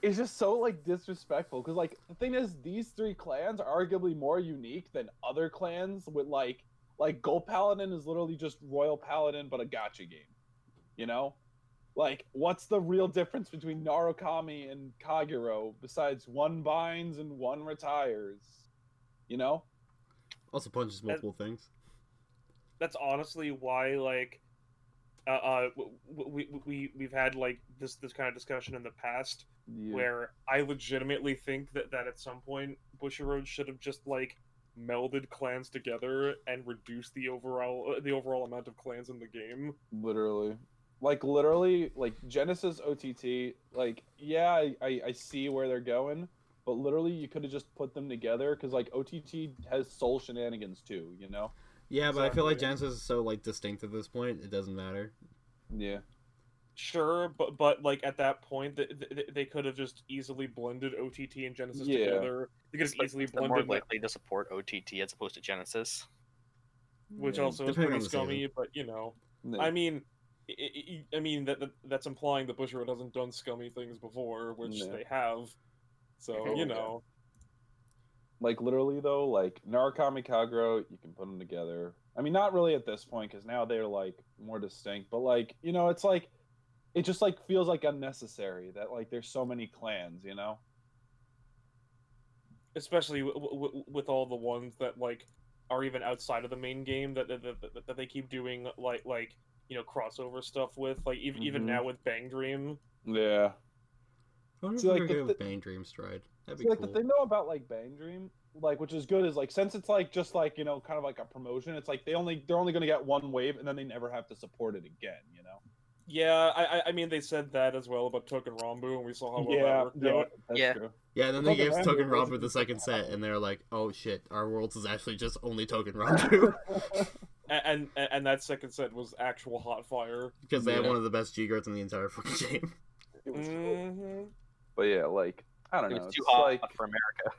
[SPEAKER 4] it's just so like disrespectful because like the thing is these three clans are arguably more unique than other clans with like like gold paladin is literally just royal paladin but a gotcha game you know like what's the real difference between narukami and kagero besides one binds and one retires you know
[SPEAKER 3] Also punches multiple things.
[SPEAKER 2] that's honestly why like uh, uh w- w- we, we we've had like this this kind of discussion in the past where I legitimately think that, that at some point Bushiroad should have just like melded clans together and reduced the overall uh, the overall amount of clans in the game.
[SPEAKER 4] literally like literally like genesis ott like yeah I, I i see where they're going but literally you could have just put them together because like OTT has soul shenanigans too, you know?
[SPEAKER 3] Yeah, but I feel like
[SPEAKER 2] Exactly.
[SPEAKER 3] Genesis is so like distinct at this point. It doesn't matter.
[SPEAKER 4] Yeah.
[SPEAKER 2] Sure, but but like at that point, th- th- they could have just easily blended OTT and Genesis
[SPEAKER 4] Yeah.
[SPEAKER 2] together. They could have easily
[SPEAKER 1] they're more
[SPEAKER 2] blended, like,
[SPEAKER 1] likely to support OTT as opposed to Genesis.
[SPEAKER 2] which
[SPEAKER 3] Yeah,
[SPEAKER 2] also is
[SPEAKER 3] depending
[SPEAKER 2] pretty
[SPEAKER 3] on the season.
[SPEAKER 2] scummy. But you know,
[SPEAKER 4] No.
[SPEAKER 2] I mean, i- i- I mean that, that that's implying that Bushiroad hasn't done scummy things before, which
[SPEAKER 4] No.
[SPEAKER 2] they have. So
[SPEAKER 4] Okay.
[SPEAKER 2] you know,
[SPEAKER 4] like literally though, like Narukami Kagro, you can put them together. I mean, not really at this point because now they're like more distinct, but like you know, it's like it just like feels like unnecessary that like there's so many clans, you know?
[SPEAKER 2] especially w- w- w- with all the ones that like are even outside of the main game that that, that, that- that they keep doing like like you know crossover stuff with like even even
[SPEAKER 4] Mhm.
[SPEAKER 2] now with Bang Dream.
[SPEAKER 4] Yeah.
[SPEAKER 3] I wonder if
[SPEAKER 4] See,
[SPEAKER 3] we're
[SPEAKER 4] like,
[SPEAKER 3] gonna
[SPEAKER 4] the
[SPEAKER 3] go with
[SPEAKER 4] thi-
[SPEAKER 3] Bang Dream Stride. That'd be
[SPEAKER 4] See, like
[SPEAKER 3] cool.
[SPEAKER 4] the thing though about like Bang Dream, like which is good is like since it's like just like you know kind of like a promotion, it's like they only they're only gonna get one wave and then they never have to support it again, you know?
[SPEAKER 2] Yeah, I I- I mean they said that as well about Token Rambu, and we saw
[SPEAKER 1] Oh,
[SPEAKER 2] how well that worked out.
[SPEAKER 4] that's
[SPEAKER 1] Yeah.
[SPEAKER 4] true.
[SPEAKER 3] yeah, then they
[SPEAKER 4] I thought the
[SPEAKER 3] gave us
[SPEAKER 4] Rambu
[SPEAKER 3] Token
[SPEAKER 4] was-
[SPEAKER 3] Rambu the second set, and they're like, "Oh shit, our worlds is actually just only Token Rambu
[SPEAKER 2] A- and and, and that second set was actual hot fire.
[SPEAKER 3] because they have
[SPEAKER 4] Yeah.
[SPEAKER 3] one of the best G guards in the entire fucking game."
[SPEAKER 4] It was cool.
[SPEAKER 2] hmm
[SPEAKER 4] But yeah, like I don't
[SPEAKER 1] Mm. It
[SPEAKER 4] know.
[SPEAKER 1] was too
[SPEAKER 4] it's
[SPEAKER 1] hot
[SPEAKER 4] like Oh,
[SPEAKER 1] for America.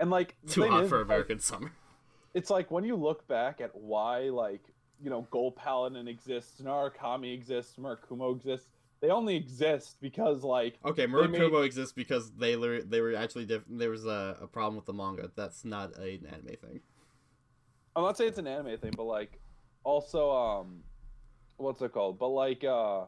[SPEAKER 4] and like the
[SPEAKER 3] Too
[SPEAKER 4] thing
[SPEAKER 3] hot
[SPEAKER 4] is,
[SPEAKER 3] for
[SPEAKER 4] it's, like,
[SPEAKER 3] American summer.
[SPEAKER 4] it's like when you look back at why like you know gold paladin exists narakami exists murakumo exists they only exist because like
[SPEAKER 3] Okay,
[SPEAKER 4] made-
[SPEAKER 3] Murakumo exists because they were they were actually diff- there was a, a problem with the manga. That's not an anime thing.
[SPEAKER 4] i'm not saying it's an anime thing but like also um what's it called but like uh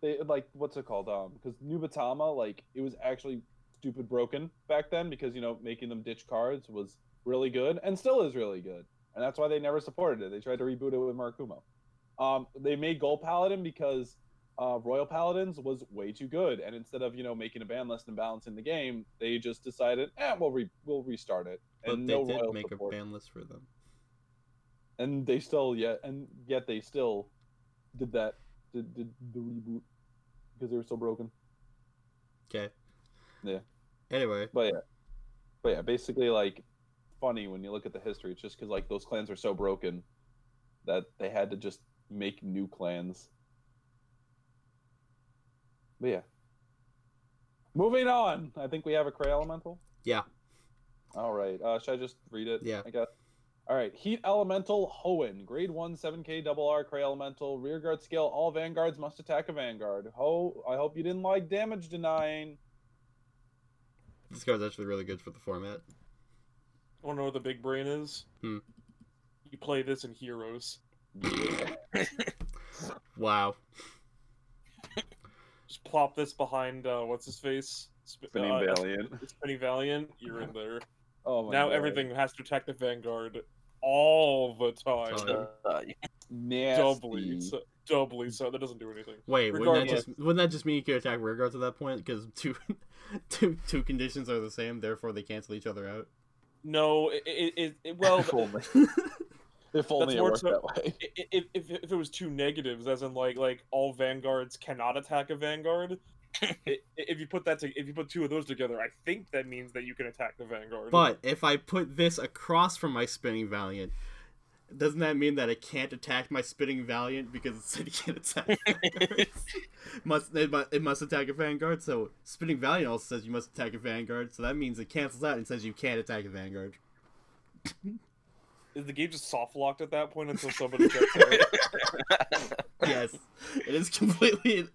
[SPEAKER 4] they like what's it called um because nubatama like it was actually stupid broken back then because you know making them ditch cards was really good and still is really good and that's why they never supported it they tried to reboot it with murakumo um they made gold paladin because uh, Royal Paladins was way too good, and instead of you know making a ban list and balancing the game, they just decided, eh, we'll re- we'll restart it,
[SPEAKER 3] But
[SPEAKER 4] and
[SPEAKER 3] they
[SPEAKER 4] no
[SPEAKER 3] did
[SPEAKER 4] royal
[SPEAKER 3] make
[SPEAKER 4] support.
[SPEAKER 3] a ban list for them.
[SPEAKER 4] and they still yet and yet they still did that did, did the reboot because they were so broken.
[SPEAKER 3] Okay.
[SPEAKER 4] Yeah.
[SPEAKER 3] Anyway,
[SPEAKER 4] But yeah, basically like funny when you look at the history, it's just because like those clans are so broken that they had to just make new clans. But yeah. Moving on, I think we have a Cray Elemental.
[SPEAKER 3] Yeah.
[SPEAKER 4] All right. Uh, should I just read it?
[SPEAKER 3] Yeah.
[SPEAKER 4] I got. All right. Heat Elemental Hoenn, Grade One, Seven K Double R Cray Elemental, Rearguard Skill. All Vanguards must attack a Vanguard. Ho! I hope you didn't like damage denying.
[SPEAKER 3] this card's actually really good for the format.
[SPEAKER 2] Wanna know what the big brain is?
[SPEAKER 3] Hmm.
[SPEAKER 2] You play this in Heroes.
[SPEAKER 3] Wow.
[SPEAKER 2] Just plop this behind uh, what's his face? Sp- uh, Spinning Valiant. You're in there.
[SPEAKER 4] Oh my
[SPEAKER 2] now
[SPEAKER 4] God.
[SPEAKER 2] everything has to attack the Vanguard all the time.
[SPEAKER 3] Totally.
[SPEAKER 1] So, uh,
[SPEAKER 4] Nasty.
[SPEAKER 2] Doubly, so, doubly so. That doesn't do anything.
[SPEAKER 3] Wait, wouldn't that
[SPEAKER 2] Regardless-
[SPEAKER 3] just wouldn't that just mean you could attack rearguards at that point? Because two, two, two conditions are the same, therefore they cancel each other out.
[SPEAKER 2] No, it, it, it, it well,
[SPEAKER 4] if only, if only it
[SPEAKER 2] more
[SPEAKER 4] worked
[SPEAKER 2] so-
[SPEAKER 4] that way.
[SPEAKER 2] i- i- if, if, if it was two negatives, as in like like all vanguards cannot attack a vanguard. i- i- if you put that to, if you put two of those together, I think that means that you can attack the vanguard.
[SPEAKER 3] But if I put this across from my spinning valiant, doesn't that mean that I can't attack my spinning valiant because it said you can't attack? vanguards? must it, must it must attack a vanguard? So spinning valiant also says you must attack a vanguard. So that means it cancels out and says you can't attack a vanguard.
[SPEAKER 2] is the game just soft locked at that point until somebody checks it?
[SPEAKER 3] Yes, it is completely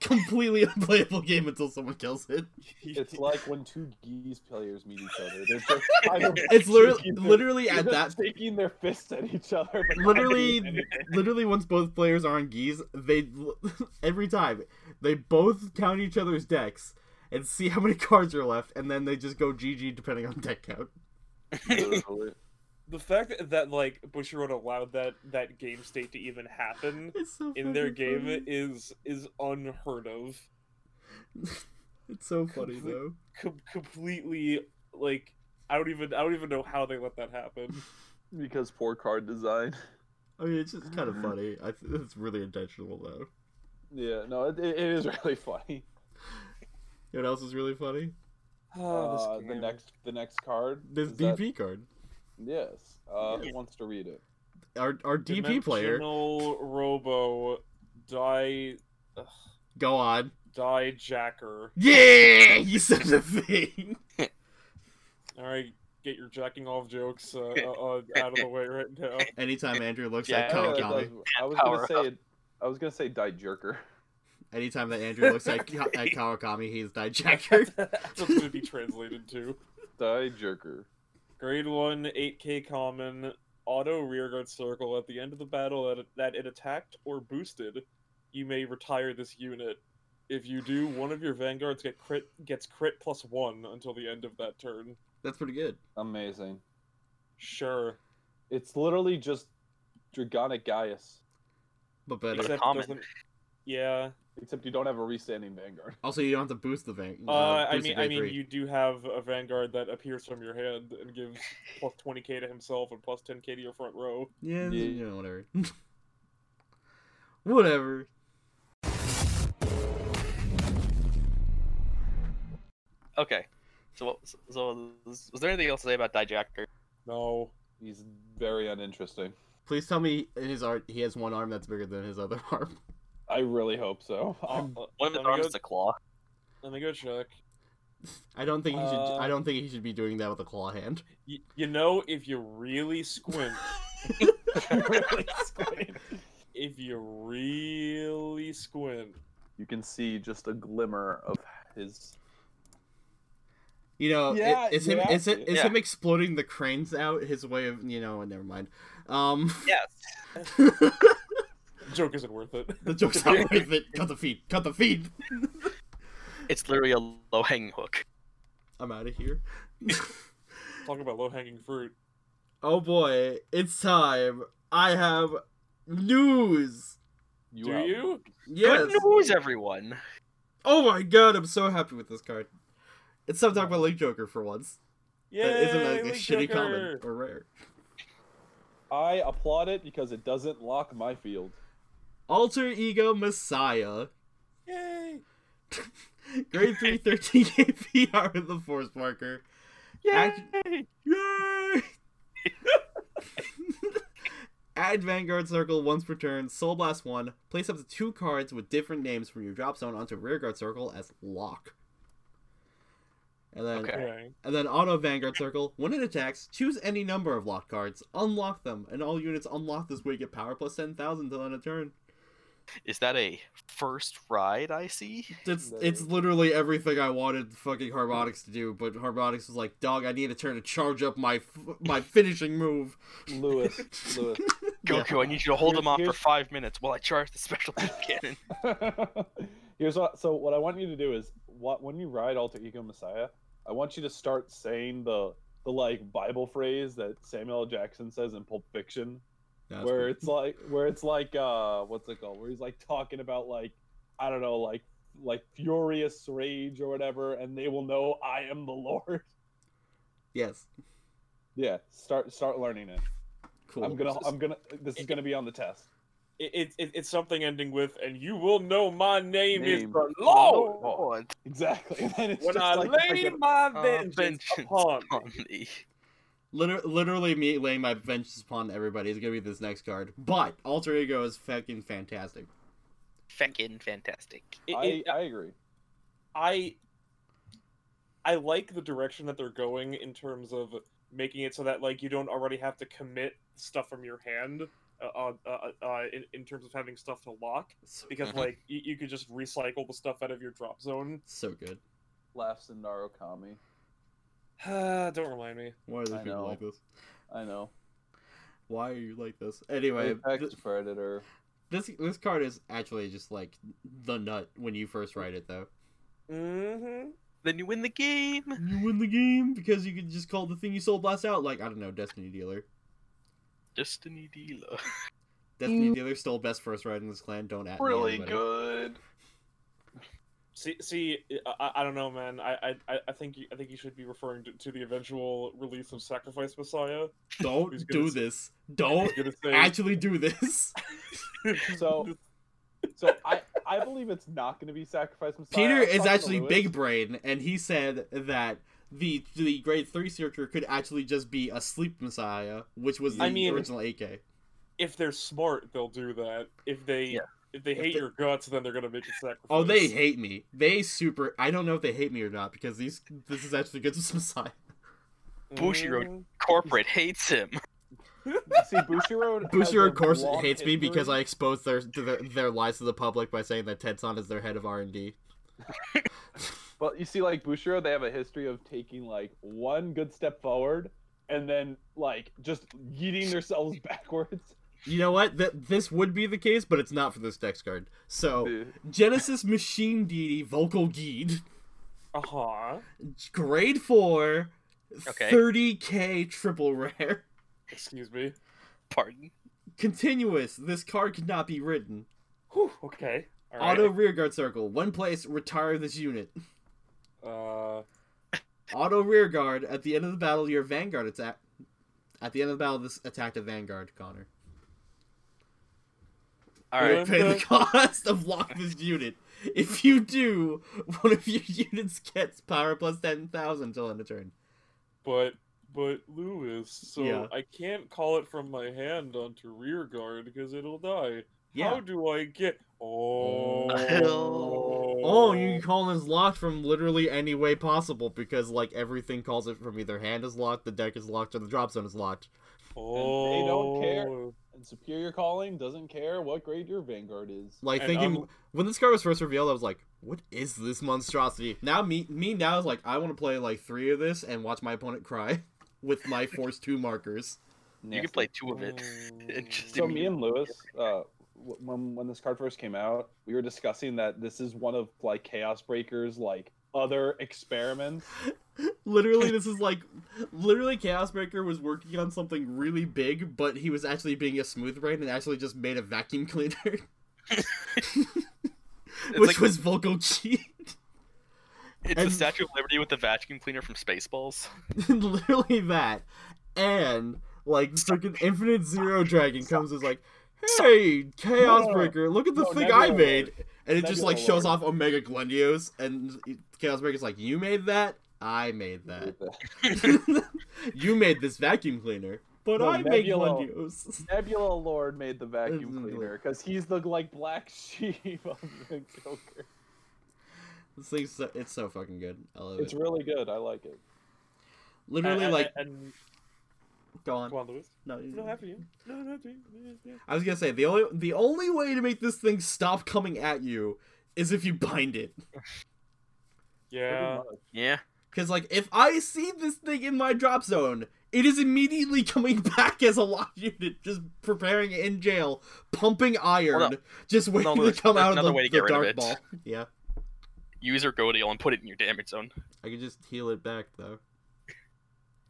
[SPEAKER 3] completely unplayable game until someone kills it.
[SPEAKER 4] It's like when two geese players meet each other. They're just either
[SPEAKER 3] It's literally
[SPEAKER 4] shaking their-
[SPEAKER 3] literally
[SPEAKER 4] they're
[SPEAKER 3] at that
[SPEAKER 4] just shaking their fists at each other. But not
[SPEAKER 3] literally
[SPEAKER 4] doing anything.
[SPEAKER 3] literally once both players are on geese they every time they both count each other's decks and see how many cards are left and then they just go gg depending on deck count
[SPEAKER 4] Literally.
[SPEAKER 2] the fact that like Bushiroad allowed that that game state to even happen
[SPEAKER 3] it's so
[SPEAKER 2] in their
[SPEAKER 3] fucking
[SPEAKER 2] game
[SPEAKER 3] funny.
[SPEAKER 2] is is unheard of.
[SPEAKER 3] it's so funny
[SPEAKER 2] Complete-
[SPEAKER 3] though
[SPEAKER 2] Com- completely like I don't even I don't even know how they let that happen.
[SPEAKER 4] because poor card design.
[SPEAKER 3] i mean it's just kind of funny I, th- it's really intentional though
[SPEAKER 4] Yeah, no, it, it is really funny.
[SPEAKER 3] you know what else is really funny
[SPEAKER 4] Uh, the next the next card.
[SPEAKER 3] Oh, This
[SPEAKER 4] is that-
[SPEAKER 3] DP card.
[SPEAKER 4] Yes. Uh,
[SPEAKER 1] Yeah.
[SPEAKER 4] Who wants to read it?
[SPEAKER 3] Our our DP player.
[SPEAKER 2] Dimensional Robo Die
[SPEAKER 3] Go on.
[SPEAKER 2] Die Jacker.
[SPEAKER 3] Yeah, you said the thing.
[SPEAKER 2] All right, get your jacking off jokes uh, uh, uh, out of the way right now.
[SPEAKER 3] Anytime Andrew looks
[SPEAKER 1] Yeah,
[SPEAKER 3] at
[SPEAKER 4] I,
[SPEAKER 1] Kinda
[SPEAKER 3] Kamikami,
[SPEAKER 4] realize I was- I was
[SPEAKER 1] Power
[SPEAKER 4] gonna
[SPEAKER 1] up.
[SPEAKER 4] say it. I was gonna say die jerker.
[SPEAKER 3] anytime that Andrew looks at, Ka- at Kawakami, he's Dijacker.
[SPEAKER 2] That's what it's gonna be translated to.
[SPEAKER 4] Die jerker.
[SPEAKER 2] Grade one, 8k common, auto rearguard circle. At the end of the battle that it, that it attacked or boosted, you may retire this unit. If you do, one of your vanguards get crit gets crit plus one until the end of that turn.
[SPEAKER 3] That's pretty good.
[SPEAKER 4] Amazing.
[SPEAKER 2] Sure,
[SPEAKER 4] It's literally just Dragonic Gaius,
[SPEAKER 3] But better.
[SPEAKER 1] Except-
[SPEAKER 2] it
[SPEAKER 1] common.
[SPEAKER 2] doesn't- Yeah.
[SPEAKER 4] except you don't have a restanding Vanguard.
[SPEAKER 3] Also, you don't have to boost the van.
[SPEAKER 2] Uh, I
[SPEAKER 3] boost the
[SPEAKER 2] mean,
[SPEAKER 3] grade
[SPEAKER 2] I mean,
[SPEAKER 3] three.
[SPEAKER 2] you do have a vanguard that appears from your hand and gives plus twenty k to himself and plus ten k to your front row.
[SPEAKER 3] Yeah,
[SPEAKER 4] Yeah.
[SPEAKER 3] you know, whatever. whatever.
[SPEAKER 1] Okay. So, what, so was was there anything else to say about Dijacker?
[SPEAKER 2] No,
[SPEAKER 4] He's very uninteresting.
[SPEAKER 3] Please tell me in his art he has one arm that's bigger than his other arm.
[SPEAKER 4] I really hope so. Um,
[SPEAKER 2] Uh,
[SPEAKER 1] One of his
[SPEAKER 2] let me
[SPEAKER 1] arms
[SPEAKER 2] go-
[SPEAKER 1] is a claw.
[SPEAKER 2] let me go check.
[SPEAKER 3] I don't think he should. I
[SPEAKER 2] Uh,
[SPEAKER 3] don't think he should be doing that with a claw hand.
[SPEAKER 2] Y- you know, if you really squint, if you really squint,
[SPEAKER 4] you can see just a glimmer of his.
[SPEAKER 3] You know,
[SPEAKER 4] Yeah,
[SPEAKER 3] it, it's
[SPEAKER 4] you
[SPEAKER 3] him.
[SPEAKER 4] have
[SPEAKER 3] It's, it,
[SPEAKER 4] to.
[SPEAKER 3] it's
[SPEAKER 1] Yeah.
[SPEAKER 3] him exploding the cranes out. His way of you know. Never mind. Um,
[SPEAKER 1] Yes.
[SPEAKER 2] joke isn't worth it.
[SPEAKER 3] the joke's not worth it. Cut the feed. Cut the feed.
[SPEAKER 1] It's literally a low hanging hook.
[SPEAKER 3] I'm out of here.
[SPEAKER 2] Talk about low hanging fruit.
[SPEAKER 3] oh boy, it's time. I have news.
[SPEAKER 4] You
[SPEAKER 2] Do
[SPEAKER 4] out.
[SPEAKER 2] you?
[SPEAKER 3] Yes.
[SPEAKER 1] Good news, everyone.
[SPEAKER 3] Oh my god, I'm so happy with this card. It's some talk about Link Joker for once.
[SPEAKER 2] Yeah,
[SPEAKER 3] that isn't like, a shitty common or rare.
[SPEAKER 4] I applaud it because it doesn't lock my field.
[SPEAKER 3] Alter Ego Messiah.
[SPEAKER 2] Yay!
[SPEAKER 3] Grade 3 13 APR with the Force Marker. Act- Yay! Add Vanguard Circle once per turn, Soul Blast 1. Place up to two cards with different names from your drop zone onto Rearguard Circle as lock. And then
[SPEAKER 1] Okay.
[SPEAKER 2] Okay.
[SPEAKER 3] And then auto Vanguard Circle. When it attacks, choose any number of locked cards, unlock them, and all units unlocked this way get power plus 10,000 till end of turn.
[SPEAKER 1] Is that a first ride I see?
[SPEAKER 3] It's,
[SPEAKER 4] Nice.
[SPEAKER 3] it's literally everything I wanted fucking Harmonix to do, but Harmonix was like, dog, I need a turn to charge up my f- my finishing move.
[SPEAKER 4] Lewis, Lewis.
[SPEAKER 3] Yeah.
[SPEAKER 1] Goku, I need you to hold
[SPEAKER 4] Here-
[SPEAKER 1] him off for
[SPEAKER 4] here's-
[SPEAKER 1] five minutes while I charge the special beam cannon.
[SPEAKER 4] Here's what. So what I want you to do is, what when you ride Alter Ego Messiah, I want you to start saying the the like Bible phrase that Samuel L. Jackson says in Pulp Fiction,
[SPEAKER 3] That's
[SPEAKER 4] where
[SPEAKER 3] pretty-
[SPEAKER 4] it's like where it's like uh what's it called? Where he's like talking about like I don't know like like furious rage or whatever, and they will know I am the Lord.
[SPEAKER 3] Yes.
[SPEAKER 4] Yeah, start start learning it.
[SPEAKER 3] Cool.
[SPEAKER 4] I'm gonna I'm gonna this is gonna be on the test.
[SPEAKER 2] It, it, it, it's something ending with, and you will know my name, is
[SPEAKER 4] Name.
[SPEAKER 2] the
[SPEAKER 4] Oh!
[SPEAKER 2] Lord
[SPEAKER 1] Lord,
[SPEAKER 4] Exactly. And then it's
[SPEAKER 2] when
[SPEAKER 4] just
[SPEAKER 2] I
[SPEAKER 4] like
[SPEAKER 2] lay my
[SPEAKER 1] uh,
[SPEAKER 2] vengeance,
[SPEAKER 1] vengeance
[SPEAKER 2] upon thee.
[SPEAKER 1] upon thee.
[SPEAKER 3] Liter- literally me laying my vengeance upon everybody is gonna be this next card. But Alter Ego is fucking fantastic.
[SPEAKER 1] Feckin' fantastic.
[SPEAKER 2] It-
[SPEAKER 4] I,
[SPEAKER 2] it-
[SPEAKER 4] I agree.
[SPEAKER 2] I I like the direction that they're going in terms of making it so that like you don't already have to commit stuff from your hand uh, uh, uh, uh, in, in terms of having stuff to lock because
[SPEAKER 1] Mhm.
[SPEAKER 2] like you, you could just recycle the stuff out of your drop zone.
[SPEAKER 3] So good.
[SPEAKER 4] Laughs in Narukami.
[SPEAKER 2] don't remind me.
[SPEAKER 3] Why are there
[SPEAKER 4] I
[SPEAKER 3] people
[SPEAKER 4] know.
[SPEAKER 3] like this?
[SPEAKER 4] I know.
[SPEAKER 3] Why are you like this? Anyway,
[SPEAKER 4] Apex
[SPEAKER 3] th-
[SPEAKER 4] Predator.
[SPEAKER 3] This this card is actually just like the nut when you first write it though.
[SPEAKER 2] Mm-hmm.
[SPEAKER 1] Then you win the game.
[SPEAKER 3] You win the game because you can just call the thing you sold blast out like I don't know Destiny Dealer.
[SPEAKER 1] Destiny dealer.
[SPEAKER 3] Destiny Dealer stole best first ride in this clan. Don't at me, everybody.
[SPEAKER 4] good.
[SPEAKER 2] See, see, I- I, I don't know, man. I, I- I, I think you, I think you should be referring to, to the eventual release of Sacrifice Messiah. He's
[SPEAKER 3] Don't
[SPEAKER 2] gonna
[SPEAKER 3] do
[SPEAKER 2] s-
[SPEAKER 3] this.
[SPEAKER 2] I
[SPEAKER 3] Don't
[SPEAKER 2] was gonna say-
[SPEAKER 3] actually do this.
[SPEAKER 4] So, so I I believe it's not going to be sacrificed Messiah. I
[SPEAKER 3] Peter
[SPEAKER 4] was
[SPEAKER 3] is
[SPEAKER 4] talking to
[SPEAKER 3] actually
[SPEAKER 4] Louis.
[SPEAKER 3] big brain, and he said that the the grade three circuit could actually just be a sleep messiah, which was the
[SPEAKER 2] I mean-
[SPEAKER 3] original AK.
[SPEAKER 2] If they're smart, they'll do that. If they
[SPEAKER 1] Yeah.
[SPEAKER 2] if they
[SPEAKER 3] If
[SPEAKER 2] hate
[SPEAKER 3] they-
[SPEAKER 2] your guts, then they're gonna make a sacrifice.
[SPEAKER 3] Oh, they hate me. They super. I don't know if they hate me or not because these this is actually good to messiah.
[SPEAKER 1] Bushiro.
[SPEAKER 2] Mm.
[SPEAKER 1] Corporate hates him.
[SPEAKER 4] See, Bushiro. has
[SPEAKER 3] Bushiroad,
[SPEAKER 4] a
[SPEAKER 3] of course,
[SPEAKER 4] long
[SPEAKER 3] hates me because
[SPEAKER 4] history.
[SPEAKER 3] I exposed their, to their their lies to the public by saying that Tetson is their head of R and D.
[SPEAKER 4] Well, you see, like Bushiro, they have a history of taking like one good step forward and then like just yeeting themselves backwards.
[SPEAKER 3] You know what? Th- this would be the case, but it's not for this text card. So, Genesis Machine Deity Vocal Geed,
[SPEAKER 2] Uh-huh.
[SPEAKER 3] grade four,
[SPEAKER 1] Okay.
[SPEAKER 3] 30k triple rare.
[SPEAKER 2] Excuse me.
[SPEAKER 1] Pardon.
[SPEAKER 3] Continuous. This card could not be written.
[SPEAKER 2] Whew, okay. All right.
[SPEAKER 3] Auto rearguard circle. One place. Retire this unit.
[SPEAKER 2] Uh,
[SPEAKER 3] Auto rearguard. At the end of the battle, your vanguard attack. At the end of the battle, this attacked a vanguard, Connor.
[SPEAKER 1] All
[SPEAKER 3] You
[SPEAKER 1] right.
[SPEAKER 2] Yeah.
[SPEAKER 3] will pay the cost of lock this unit. If you do, one of your units gets power plus ten thousand till end of turn.
[SPEAKER 2] but but Lewis, so
[SPEAKER 3] Yeah.
[SPEAKER 2] I can't call it from my hand onto rear guard because it'll die. How
[SPEAKER 3] Yeah.
[SPEAKER 2] do I get? Oh.
[SPEAKER 1] Hell.
[SPEAKER 3] Oh, you can call this locked from literally any way possible because like everything calls it from either hand is locked, the deck is locked, or the drop zone is locked.
[SPEAKER 4] they don't care.
[SPEAKER 2] Oh.
[SPEAKER 4] And Superior Calling doesn't care what grade your Vanguard is.
[SPEAKER 3] Like
[SPEAKER 2] And
[SPEAKER 3] thinking
[SPEAKER 2] un-
[SPEAKER 3] when this card was first revealed, I was like, "What is this monstrosity?" Now me me now is like, I want to play like three of this and watch my opponent cry with my force two markers.
[SPEAKER 1] You can play two of it.
[SPEAKER 2] Mm.
[SPEAKER 1] just
[SPEAKER 4] So me and Lewis, uh, w- when when this card first came out, we were discussing that this is one of like Chaos Breaker's like other experiments.
[SPEAKER 3] Literally, this is like, literally, Chaos Breaker was working on something really big, but he was actually being a smooth brain and actually just made a vacuum cleaner,
[SPEAKER 1] It's
[SPEAKER 3] which
[SPEAKER 1] like
[SPEAKER 3] was Vocal Chi.
[SPEAKER 1] it's
[SPEAKER 3] and-
[SPEAKER 1] the Statue of Liberty with the vacuum cleaner from Spaceballs.
[SPEAKER 3] literally that, and like freaking Infinite Zero Dragon comes as like, hey, Chaos
[SPEAKER 4] No, no, no.
[SPEAKER 3] Breaker, look at the
[SPEAKER 4] No,
[SPEAKER 3] thing
[SPEAKER 4] Nebula
[SPEAKER 3] I made, and it just
[SPEAKER 4] Nebula
[SPEAKER 3] like shows
[SPEAKER 4] Lord.
[SPEAKER 3] off Omega Glendios, and Chaos Breaker's like, you made that, I made that, you made this vacuum cleaner, but
[SPEAKER 4] No,
[SPEAKER 3] I make
[SPEAKER 4] Nebula-
[SPEAKER 3] Glendios.
[SPEAKER 4] Nebula Lord made the vacuum
[SPEAKER 3] Isn't it?
[SPEAKER 4] cleaner because he's the like black sheep of the Joker.
[SPEAKER 3] This thing's so, it's so fucking good. I love
[SPEAKER 4] It's
[SPEAKER 3] it.
[SPEAKER 4] really good. I like it.
[SPEAKER 3] Literally,
[SPEAKER 2] And-
[SPEAKER 3] like,
[SPEAKER 2] and,
[SPEAKER 3] go
[SPEAKER 2] and
[SPEAKER 3] on.
[SPEAKER 2] come on, Lewis.
[SPEAKER 3] No,
[SPEAKER 2] No, happy you. No, no, happy you.
[SPEAKER 3] I was gonna say the only the only way to make this thing stop coming at you is if you bind it.
[SPEAKER 2] Yeah.
[SPEAKER 4] Pretty much.
[SPEAKER 1] Yeah.
[SPEAKER 3] Because like, if I see this thing in my drop zone, it is immediately coming back as a locked unit, just preparing it in jail, pumping iron,
[SPEAKER 1] Hold
[SPEAKER 3] just waiting to
[SPEAKER 1] there's-
[SPEAKER 3] come
[SPEAKER 1] there's
[SPEAKER 3] out of
[SPEAKER 1] another
[SPEAKER 3] the,
[SPEAKER 1] way to
[SPEAKER 3] the
[SPEAKER 1] get rid of
[SPEAKER 3] dark
[SPEAKER 1] it.
[SPEAKER 3] ball. Yeah,
[SPEAKER 1] Use your go deal and put it in your damage zone.
[SPEAKER 3] I could just heal it back though.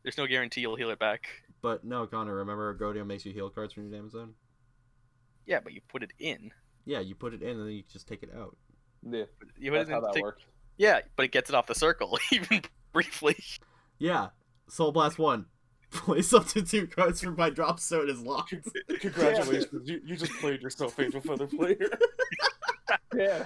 [SPEAKER 1] There's no guarantee you'll heal it back.
[SPEAKER 3] But no, Connor, remember Godio makes you heal cards from your damage zone.
[SPEAKER 1] Yeah, but you put it in.
[SPEAKER 3] Yeah, you put it in and then you just take it out.
[SPEAKER 4] Yeah,
[SPEAKER 1] You put
[SPEAKER 4] that's
[SPEAKER 1] it in
[SPEAKER 4] how
[SPEAKER 1] to
[SPEAKER 4] that
[SPEAKER 1] take-
[SPEAKER 4] works.
[SPEAKER 1] Yeah, but it gets it off the circle even briefly.
[SPEAKER 3] Yeah, Soul Blast one. Play substitute cards for my drop zone is locked.
[SPEAKER 2] Congratulations, you, you just played yourself faithful feather player.
[SPEAKER 4] Yeah.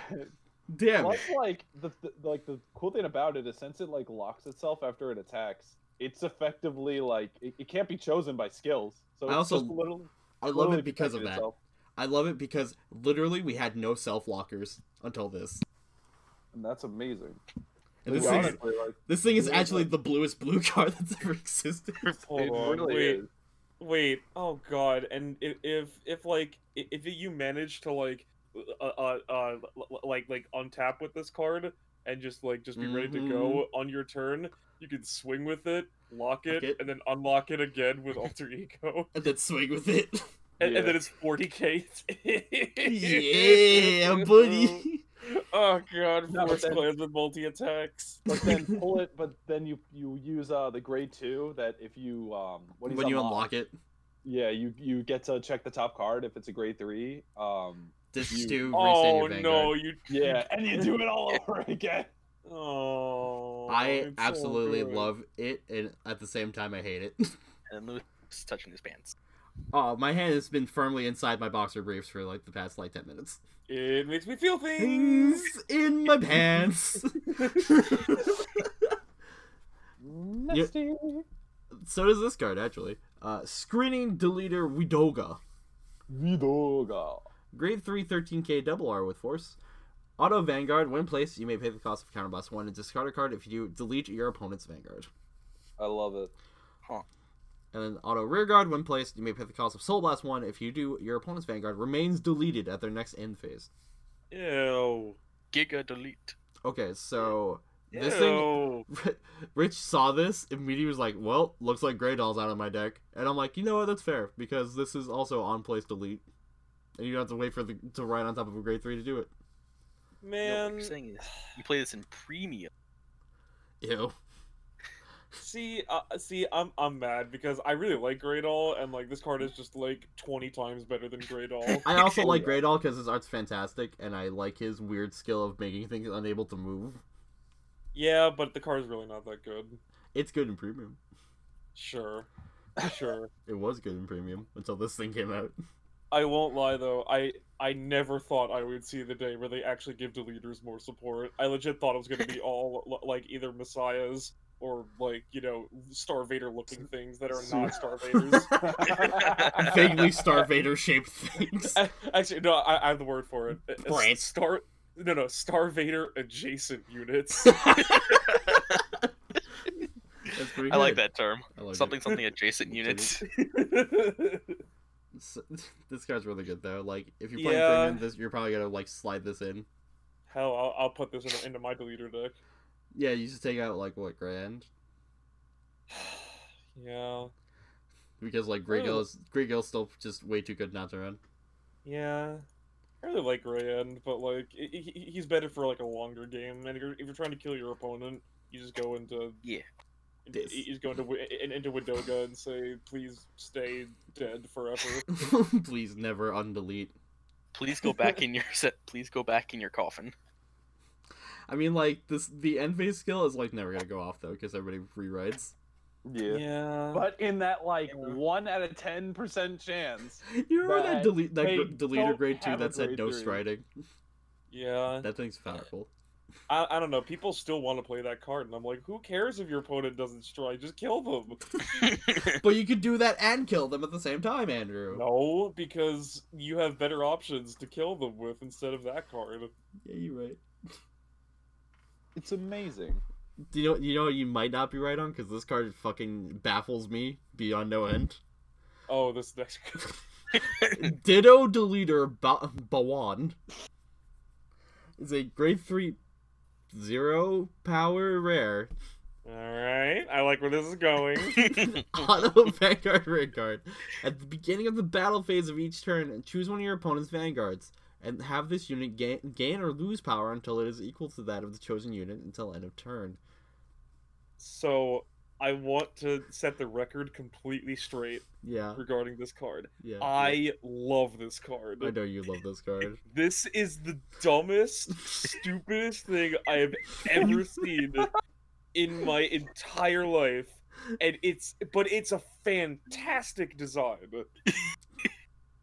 [SPEAKER 3] Damn
[SPEAKER 4] Plus,
[SPEAKER 3] it.
[SPEAKER 4] like the, the like the cool thing about it is since it like locks itself after it attacks, it's effectively like it, it can't be chosen by skills. So
[SPEAKER 3] I
[SPEAKER 4] it's
[SPEAKER 3] also
[SPEAKER 4] just literally,
[SPEAKER 3] I love
[SPEAKER 4] literally
[SPEAKER 3] it because of
[SPEAKER 4] protecting
[SPEAKER 3] that.
[SPEAKER 4] itself.
[SPEAKER 3] I love it because literally we had no self lockers until this.
[SPEAKER 4] and that's amazing.
[SPEAKER 3] And
[SPEAKER 4] Like,
[SPEAKER 3] this thing, is,
[SPEAKER 4] honestly, like,
[SPEAKER 3] this thing is
[SPEAKER 4] really
[SPEAKER 3] actually the bluest blue card that's ever existed.
[SPEAKER 2] Hold
[SPEAKER 4] it
[SPEAKER 2] on,
[SPEAKER 4] really
[SPEAKER 2] wait,
[SPEAKER 4] is.
[SPEAKER 2] wait. Oh God! And if if, if like i- if you manage to like uh, uh, uh l- like like untap with this card and just like just be ready to go
[SPEAKER 3] Mm-hmm.
[SPEAKER 2] on your turn, you can swing with it, lock it,
[SPEAKER 3] Lock it.
[SPEAKER 2] and then unlock it again with alter ego,
[SPEAKER 3] And then swing with it.
[SPEAKER 2] and, and
[SPEAKER 4] Yeah.
[SPEAKER 2] then it's forty k.
[SPEAKER 3] yeah, buddy.
[SPEAKER 2] Oh God!
[SPEAKER 4] No, but
[SPEAKER 2] Force
[SPEAKER 4] then-
[SPEAKER 2] plans with multi attacks.
[SPEAKER 4] But then pull it. But then you you use uh the grade two that if you um what
[SPEAKER 3] When you unlock it,
[SPEAKER 4] yeah you you get to check the top card if it's a grade three um
[SPEAKER 3] this
[SPEAKER 4] You-
[SPEAKER 3] stew restand
[SPEAKER 2] Oh
[SPEAKER 3] your
[SPEAKER 2] no!
[SPEAKER 3] vanguard.
[SPEAKER 2] You
[SPEAKER 4] yeah and you do it all over again.
[SPEAKER 2] Oh,
[SPEAKER 3] I
[SPEAKER 2] it's so
[SPEAKER 3] absolutely
[SPEAKER 2] good.
[SPEAKER 3] love it, and at the same time, I hate it.
[SPEAKER 1] And Lewis is touching his pants.
[SPEAKER 3] Oh, my hand has been firmly inside my boxer briefs for like the past like ten minutes.
[SPEAKER 2] It makes me feel things.
[SPEAKER 3] Things in my pants.
[SPEAKER 4] Nasty.
[SPEAKER 3] so does this card actually. Uh, screening deleter Widoga.
[SPEAKER 4] Vidoga.
[SPEAKER 3] Grade 3 13k double R with force. Auto Vanguard, when placed, you may pay the cost of counterblast 1 and discard a card if you do delete your opponent's Vanguard.
[SPEAKER 4] I love it.
[SPEAKER 3] And then auto rearguard, when placed, you may pay the cost of soul blast 1 if you do your opponent's Vanguard remains deleted at their next end phase.
[SPEAKER 2] Ew.
[SPEAKER 1] Giga delete.
[SPEAKER 3] Okay, so this thing
[SPEAKER 2] Ew.
[SPEAKER 3] Rich saw this immediately was like, Well, looks like Grey Doll's out of my deck. And I'm like, you know what, that's fair, because this is also on place delete. And you don't have to wait for the to ride on top of a grade three to do it.
[SPEAKER 1] No, what
[SPEAKER 2] Man.
[SPEAKER 1] you're saying is you play this in premium.
[SPEAKER 3] Ew.
[SPEAKER 2] See, uh, see, I'm I'm mad because I really like Gradol, and like this card is just like 20 times better than Gradol.
[SPEAKER 3] I also like
[SPEAKER 4] Yeah.
[SPEAKER 3] Gradol because his art's fantastic, and I like his weird skill of making things unable to move.
[SPEAKER 2] yeah, but the card's really not that good.
[SPEAKER 3] It's good in premium.
[SPEAKER 2] Sure, sure.
[SPEAKER 3] It was good in premium until this thing came out.
[SPEAKER 2] I won't lie though, I I never thought I would see the day where they actually give deleters more support. I legit thought it was going to be all l- like either messiahs or like you know Star Vader looking things that are not Star Vaders.
[SPEAKER 3] Vaguely Star Vader shaped things.
[SPEAKER 2] A- Actually, no, I, I have the word for it. It's
[SPEAKER 3] Brant.
[SPEAKER 2] Star. No, no, Star Vader adjacent units.
[SPEAKER 3] That's pretty
[SPEAKER 1] I like
[SPEAKER 3] good.
[SPEAKER 1] that term.
[SPEAKER 3] I like
[SPEAKER 1] something
[SPEAKER 3] it.
[SPEAKER 1] something adjacent units.
[SPEAKER 3] S- This card's really good though. Like if you're playing
[SPEAKER 2] Yeah.
[SPEAKER 3] premium, this you're probably gonna like slide this in.
[SPEAKER 2] Hell, I'll, I'll put this in, into my deleter deck.
[SPEAKER 3] Yeah, you just take out like what grand
[SPEAKER 2] yeah,
[SPEAKER 3] because like Grey
[SPEAKER 2] Oh.
[SPEAKER 3] Gill's Grey Gill's still just way too good not to run.
[SPEAKER 2] yeah. I really like Rand, but like he, he- he's better for like a longer game. And if you're, if you're trying to kill your opponent, you just go into
[SPEAKER 1] Yeah.
[SPEAKER 2] into-
[SPEAKER 3] This.
[SPEAKER 2] You just go into Wi- in- into Widoga and say, "Please stay dead forever."
[SPEAKER 3] Please never undelete.
[SPEAKER 1] Please go back in your set. Please go back in your coffin.
[SPEAKER 3] I mean, like this the end phase skill is like never gonna go off though because everybody rewrites.
[SPEAKER 4] Yeah. But in that like
[SPEAKER 2] Yeah.
[SPEAKER 4] one out of ten percent chance.
[SPEAKER 3] You remember that
[SPEAKER 4] But
[SPEAKER 3] delete that
[SPEAKER 4] they
[SPEAKER 3] gr- deleter
[SPEAKER 4] don't
[SPEAKER 3] grade two
[SPEAKER 4] have a
[SPEAKER 3] that said
[SPEAKER 4] grade
[SPEAKER 3] no
[SPEAKER 4] three.
[SPEAKER 3] striding?
[SPEAKER 2] yeah.
[SPEAKER 3] That thing's powerful.
[SPEAKER 2] I, I don't know. People still want to play that card, and I'm like, who cares if your opponent doesn't strike? Just kill them.
[SPEAKER 3] But you could do that and kill them at the same time, Andrew.
[SPEAKER 2] no, because you have better options to kill them with instead of that card.
[SPEAKER 3] Yeah, you're right.
[SPEAKER 4] It's amazing.
[SPEAKER 3] Do you know you know what you might not be right on because this card fucking baffles me beyond no end.
[SPEAKER 2] Oh, this next.
[SPEAKER 3] Ditto deleter ba- Bawan is a grade three zero power rare
[SPEAKER 2] All right, I like where this is going.
[SPEAKER 3] Auto Vanguard Vanguard. At the beginning of the battle phase of each turn, choose one of your opponent's vanguards and have this unit gain, gain or lose power until it is equal to that of the chosen unit until end of turn.
[SPEAKER 2] so I want to set the record completely straight
[SPEAKER 3] Yeah,
[SPEAKER 2] regarding this card.
[SPEAKER 3] yeah.
[SPEAKER 2] I love this card.
[SPEAKER 3] I know you love this card.
[SPEAKER 2] This is the dumbest, stupidest thing I have ever seen in my entire life. And it's but it's a fantastic design.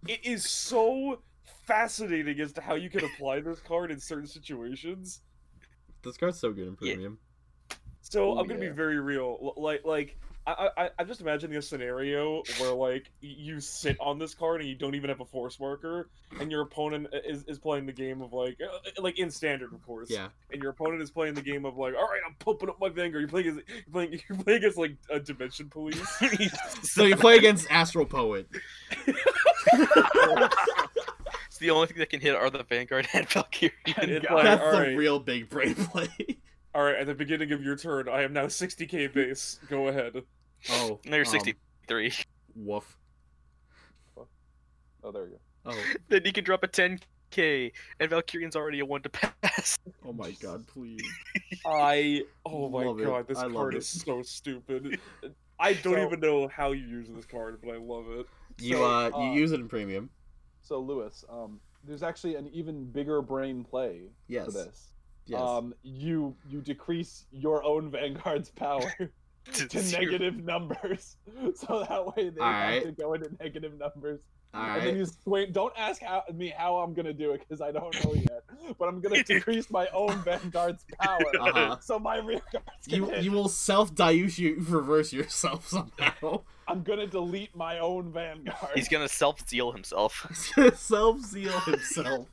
[SPEAKER 2] It is so fascinating as to how you can apply this card in certain situations.
[SPEAKER 3] This card's so good in
[SPEAKER 1] Yeah.
[SPEAKER 3] premium.
[SPEAKER 2] So
[SPEAKER 4] Oh,
[SPEAKER 2] I'm gonna
[SPEAKER 4] yeah.
[SPEAKER 2] be very real. L- Like like I, I I- I'm just imagining a scenario where like y- you sit on this card and you don't even have a force marker, and your opponent i- is, is playing the game of like uh, like in standard of course.
[SPEAKER 3] Yeah,
[SPEAKER 2] And your opponent is playing the game of like, all right, I'm pumping up my vanguard. You're playing against, you're playing you're playing against like a dimension police.
[SPEAKER 3] so you play against Astral Poet.
[SPEAKER 1] It's the only thing that can hit are the Vanguard and Valkyrie.
[SPEAKER 2] It's
[SPEAKER 4] God.
[SPEAKER 2] like,
[SPEAKER 3] That's
[SPEAKER 2] all
[SPEAKER 3] the
[SPEAKER 2] right,
[SPEAKER 3] real big brain play.
[SPEAKER 2] all right. At the beginning of your turn, I am now 60k base. Go ahead.
[SPEAKER 3] oh,
[SPEAKER 1] No, you're
[SPEAKER 3] um,
[SPEAKER 1] 63.
[SPEAKER 3] Woof.
[SPEAKER 4] Oh, there you go.
[SPEAKER 3] Oh,
[SPEAKER 1] Then you can drop a 10k, and Valkyrian's already a one to pass.
[SPEAKER 3] oh my God, please.
[SPEAKER 2] I oh my
[SPEAKER 3] Love it.
[SPEAKER 2] god, this
[SPEAKER 3] I love
[SPEAKER 2] card
[SPEAKER 3] it.
[SPEAKER 2] is so stupid. I don't
[SPEAKER 4] So-
[SPEAKER 2] even know how you use this card, but I love it.
[SPEAKER 3] You
[SPEAKER 4] So,
[SPEAKER 3] uh,
[SPEAKER 4] uh,
[SPEAKER 3] you use it in premium.
[SPEAKER 4] So Lewis, um, there's actually an even bigger brain play
[SPEAKER 3] Yes.
[SPEAKER 4] for this.
[SPEAKER 2] Um,
[SPEAKER 3] Yes.
[SPEAKER 4] Um, you you decrease your own vanguard's power. to negative numbers. So that way they
[SPEAKER 3] All
[SPEAKER 4] have
[SPEAKER 3] right.
[SPEAKER 4] to go into negative numbers.
[SPEAKER 3] All
[SPEAKER 4] And then
[SPEAKER 3] right.
[SPEAKER 4] you swing. Don't ask how, me how I'm gonna do it because I don't know yet. But I'm gonna decrease my own vanguard's power,
[SPEAKER 3] Uh-huh.
[SPEAKER 4] so my rear guards can
[SPEAKER 3] You
[SPEAKER 4] hit.
[SPEAKER 3] you will self diution reverse yourself somehow.
[SPEAKER 4] I'm gonna delete my own vanguard.
[SPEAKER 1] He's gonna self zeal himself.
[SPEAKER 3] self zeal himself.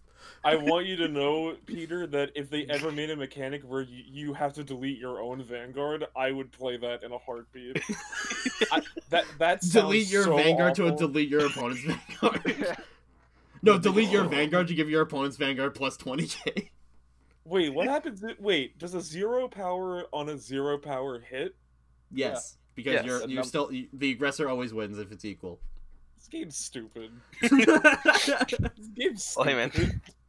[SPEAKER 2] I want you to know, Peter, that if they ever made a mechanic where y- you have to delete your own Vanguard, I would play that in a heartbeat. I, that that sounds
[SPEAKER 3] delete your
[SPEAKER 2] so
[SPEAKER 3] vanguard to a
[SPEAKER 2] awful.
[SPEAKER 3] delete your opponent's vanguard. no, delete your vanguard to give your opponent's vanguard plus twenty k.
[SPEAKER 2] Wait, what happens? i- Wait, does a zero power on a zero power hit?
[SPEAKER 3] Yes, because
[SPEAKER 1] Yes.
[SPEAKER 3] you're you're
[SPEAKER 4] Enough.
[SPEAKER 3] still the aggressor always wins if it's equal.
[SPEAKER 2] This game's stupid.
[SPEAKER 3] yeah,
[SPEAKER 2] This game's
[SPEAKER 1] Oh,
[SPEAKER 2] stupid.
[SPEAKER 1] hey, man.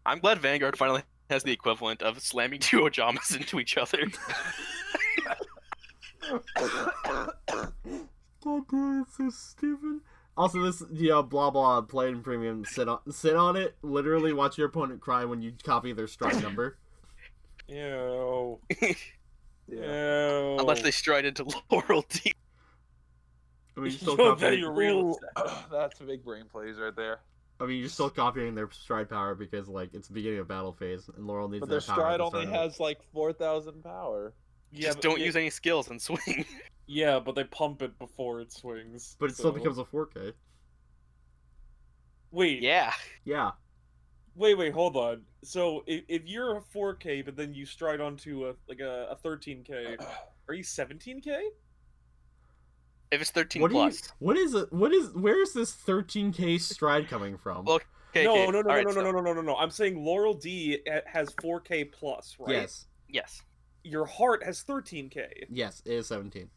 [SPEAKER 1] I'm glad Vanguard finally has the equivalent of slamming two Ojamas into each other.
[SPEAKER 3] God damn, it's so stupid. Also, this you know, blah blah play in premium. Sit on sit on it. Literally, watch your opponent cry when you copy their strike number.
[SPEAKER 2] Ew.
[SPEAKER 4] Yeah.
[SPEAKER 2] Ew.
[SPEAKER 1] Unless they stride into Laurel D.
[SPEAKER 3] I mean, you're still
[SPEAKER 2] Yo, that
[SPEAKER 3] copying.
[SPEAKER 2] you're real.
[SPEAKER 4] That's big brain plays right there.
[SPEAKER 3] I mean, you're still copying their stride power because like it's the beginning of battle phase, and Laurel needs
[SPEAKER 4] But
[SPEAKER 3] their
[SPEAKER 4] their
[SPEAKER 3] power.
[SPEAKER 4] stride
[SPEAKER 3] to
[SPEAKER 4] only
[SPEAKER 3] start out.
[SPEAKER 4] has like four thousand power.
[SPEAKER 2] Yeah,
[SPEAKER 1] Just
[SPEAKER 2] but
[SPEAKER 1] don't
[SPEAKER 2] they-
[SPEAKER 1] use any skills and swing.
[SPEAKER 2] Yeah, but they pump it before it swings.
[SPEAKER 3] But it still
[SPEAKER 2] so-
[SPEAKER 3] becomes a 4K.
[SPEAKER 2] Wait,
[SPEAKER 1] yeah.
[SPEAKER 3] Yeah.
[SPEAKER 2] Wait, wait, hold on. So if, if you're a 4K, but then you stride onto a like a, a 13K, are you 17K?
[SPEAKER 1] If it's 13
[SPEAKER 3] What do you?
[SPEAKER 1] plus.
[SPEAKER 3] What is it? What is? Where is this 13K stride coming from?
[SPEAKER 1] Well, Okay,
[SPEAKER 2] no,
[SPEAKER 1] okay.
[SPEAKER 2] no, no, no,
[SPEAKER 1] Alright,
[SPEAKER 2] no,
[SPEAKER 1] so-
[SPEAKER 2] no, no, no, no, no. I'm saying Laurel D ha- has 4K plus, right?
[SPEAKER 3] Yes.
[SPEAKER 1] Yes.
[SPEAKER 2] Your heart has 13K.
[SPEAKER 3] Yes. It is 17.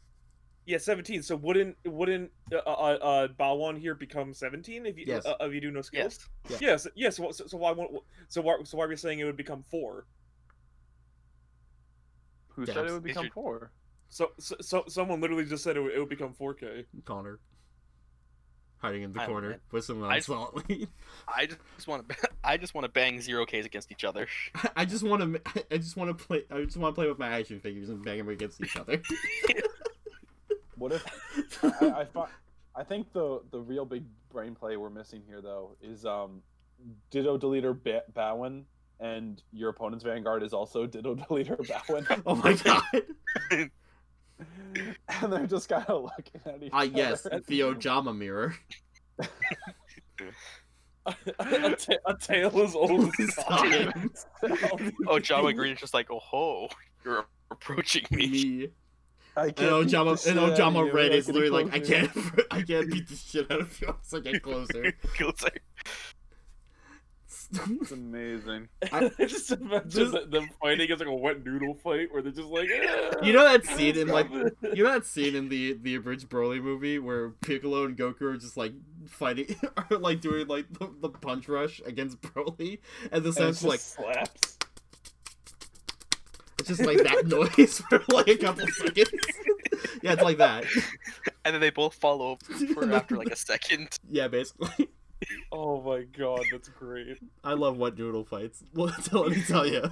[SPEAKER 2] Yeah, 17. So wouldn't wouldn't uh, uh, uh Bawan here become 17 if you
[SPEAKER 3] Yes.
[SPEAKER 2] uh, if you do no skills?
[SPEAKER 1] Yes.
[SPEAKER 3] Yeah.
[SPEAKER 2] Yes. Yes. So, so why won't- so why so why are we saying it would become four?
[SPEAKER 4] Who
[SPEAKER 3] Damn,
[SPEAKER 4] said it would
[SPEAKER 1] these are-
[SPEAKER 4] become four?
[SPEAKER 2] So, so, so someone literally just said it would, it would become 4K.
[SPEAKER 3] Connor. Hiding in the
[SPEAKER 1] I don't
[SPEAKER 3] corner, uh,
[SPEAKER 1] know.
[SPEAKER 3] whistling
[SPEAKER 1] I-
[SPEAKER 3] nonchalantly.
[SPEAKER 1] I just want to. I just want to bang zero Ks against each other.
[SPEAKER 3] I just want to. I just want to play. I just want to play with my action figures and bang them against each other.
[SPEAKER 4] What if I, I, fi- I think the the real big brain play we're missing here though is um Ditto Deleter ba- Bowen and your opponent's Vanguard is also Ditto Deleter Bowen,
[SPEAKER 3] oh my god!
[SPEAKER 4] and they're just kind of looking at each
[SPEAKER 3] Ah,
[SPEAKER 4] other.
[SPEAKER 3] yes, the Ojama mirror.
[SPEAKER 2] a, ta- a tail as old as time.
[SPEAKER 3] Time.
[SPEAKER 1] Oh, Jama Green is just like, oh ho, you're approaching me.
[SPEAKER 3] Me.
[SPEAKER 4] I
[SPEAKER 3] And
[SPEAKER 4] can't beat the
[SPEAKER 3] Ojama,
[SPEAKER 4] shit
[SPEAKER 3] and
[SPEAKER 4] out of
[SPEAKER 3] Ojama
[SPEAKER 4] you,
[SPEAKER 3] Red
[SPEAKER 4] I'm
[SPEAKER 3] is literally like, I
[SPEAKER 4] getting
[SPEAKER 3] can't, I can't beat the shit out of you unless I get closer.
[SPEAKER 1] It's like,
[SPEAKER 4] closer. It's amazing.
[SPEAKER 2] just imagine
[SPEAKER 3] Just-
[SPEAKER 2] them fighting as like a wet noodle fight where they're just like, "Eh,
[SPEAKER 3] You know that scene in like
[SPEAKER 2] stop it."
[SPEAKER 3] you know that scene in the the abridged Broly movie where Piccolo and Goku are just like fighting, are like doing like the, the punch rush against Broly, and the
[SPEAKER 4] And it's
[SPEAKER 3] sounds like
[SPEAKER 4] just slaps.
[SPEAKER 3] it's just like that noise for like a couple seconds. yeah, it's like that.
[SPEAKER 1] and then they both fall over for after like a second.
[SPEAKER 3] Yeah, basically.
[SPEAKER 2] oh my god, that's great.
[SPEAKER 3] I love wet noodle fights. Well, let me tell you.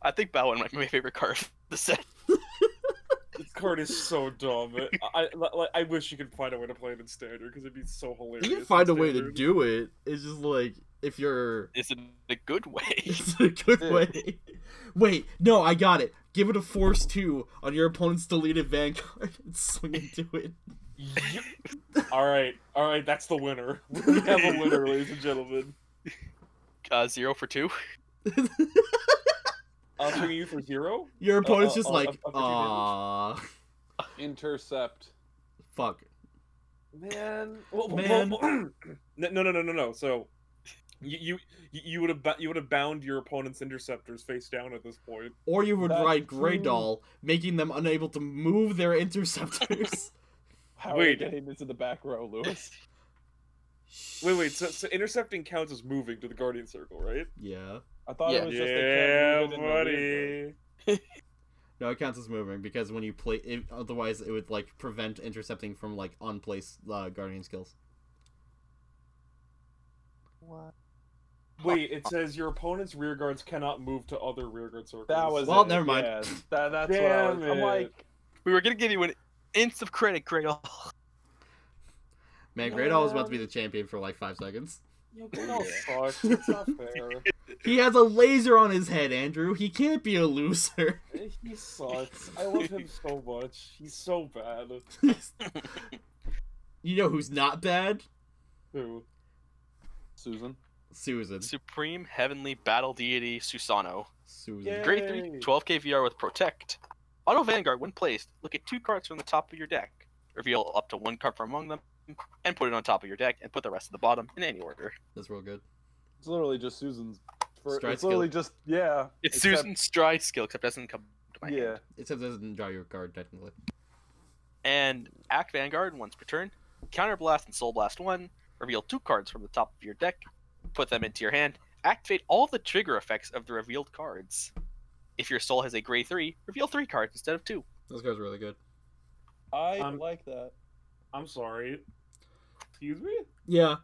[SPEAKER 1] I think Bowen might be my favorite card of the set.
[SPEAKER 2] This card is so dumb. I, I like, I wish you could find a way to play it in standard because it'd be so hilarious.
[SPEAKER 3] You
[SPEAKER 2] in
[SPEAKER 3] can find a way to
[SPEAKER 2] standard.
[SPEAKER 3] do it. It's just like if you're
[SPEAKER 1] Is it a good way?
[SPEAKER 3] It's a good
[SPEAKER 4] Dude.
[SPEAKER 3] way. Wait, no, I got it. Give it a force two on your opponent's deleted vanguard and swing into it.
[SPEAKER 2] You- all right, all right, that's the winner. We have a winner, ladies and gentlemen.
[SPEAKER 1] Uh, zero for two.
[SPEAKER 2] I'm bringing you for zero.
[SPEAKER 3] Your
[SPEAKER 2] uh,
[SPEAKER 3] opponent's just
[SPEAKER 2] uh,
[SPEAKER 3] like,
[SPEAKER 2] uh,
[SPEAKER 3] ah,
[SPEAKER 4] Intercept.
[SPEAKER 3] fuck.
[SPEAKER 2] Man, well,
[SPEAKER 3] Man.
[SPEAKER 2] no, no, no, no, no. So you you you would have bo- you would have bound your opponent's interceptors face down at this point.
[SPEAKER 3] Or you would
[SPEAKER 4] That's
[SPEAKER 3] ride Grey
[SPEAKER 4] true.
[SPEAKER 3] Doll, making them unable to move their interceptors.
[SPEAKER 4] How are you
[SPEAKER 2] Wait.
[SPEAKER 4] getting into the back row, Lewis?
[SPEAKER 2] Wait, wait. So, so intercepting counts as moving to the guardian circle, right?
[SPEAKER 3] yeah.
[SPEAKER 4] I thought
[SPEAKER 1] Yeah.
[SPEAKER 4] it was just they can't move it in the rear guard.
[SPEAKER 3] No, it counts as moving because when you play, it, otherwise it would like prevent intercepting from like on place uh, guardian skills.
[SPEAKER 2] Wait, it says your opponent's rear guards cannot move to other rear guard circles.
[SPEAKER 4] That was
[SPEAKER 3] Well,
[SPEAKER 4] it,
[SPEAKER 3] never mind.
[SPEAKER 4] yeah. That, that's what I was.
[SPEAKER 2] Damn
[SPEAKER 4] I'm
[SPEAKER 2] it.
[SPEAKER 4] like,
[SPEAKER 1] We were gonna give you an Ints of credit, great all.
[SPEAKER 3] Man, Great Hall was about to be the champion for like five seconds.
[SPEAKER 2] Yo,
[SPEAKER 4] No, fuck. It's not fair.
[SPEAKER 3] He has a laser on his head, Andrew. He can't be a loser.
[SPEAKER 2] He sucks. I love him so much. He's so bad.
[SPEAKER 3] you know who's not bad?
[SPEAKER 2] Who?
[SPEAKER 4] Susan.
[SPEAKER 3] Susan.
[SPEAKER 1] Supreme Heavenly Battle Deity Susano.
[SPEAKER 3] Susan.
[SPEAKER 2] Yeah.
[SPEAKER 1] Grade 3,
[SPEAKER 2] Yay.
[SPEAKER 1] 12k VR with Protect. Auto Vanguard, when placed, look at two cards from the top of your deck. Reveal up to one card from among them, and put it on top of your deck, and put the rest at the bottom in any order.
[SPEAKER 3] That's real good.
[SPEAKER 4] It's literally just Susan's. For,
[SPEAKER 3] Stride
[SPEAKER 4] it's literally just yeah.
[SPEAKER 1] It's
[SPEAKER 4] except-
[SPEAKER 1] Susan's Stride skill, except it doesn't come to my
[SPEAKER 4] Yeah.
[SPEAKER 1] hand.
[SPEAKER 3] Except it doesn't draw your card technically.
[SPEAKER 1] And Act Vanguard, once per turn, Counter Blast and Soul Blast 1, reveal two cards from the top of your deck, put them into your hand, activate all the trigger effects of the revealed cards. If your soul has a grade 3, reveal three cards instead of two.
[SPEAKER 3] This card's really good.
[SPEAKER 4] I
[SPEAKER 2] Um,
[SPEAKER 4] like that.
[SPEAKER 2] I'm sorry. Excuse me?
[SPEAKER 3] Yeah.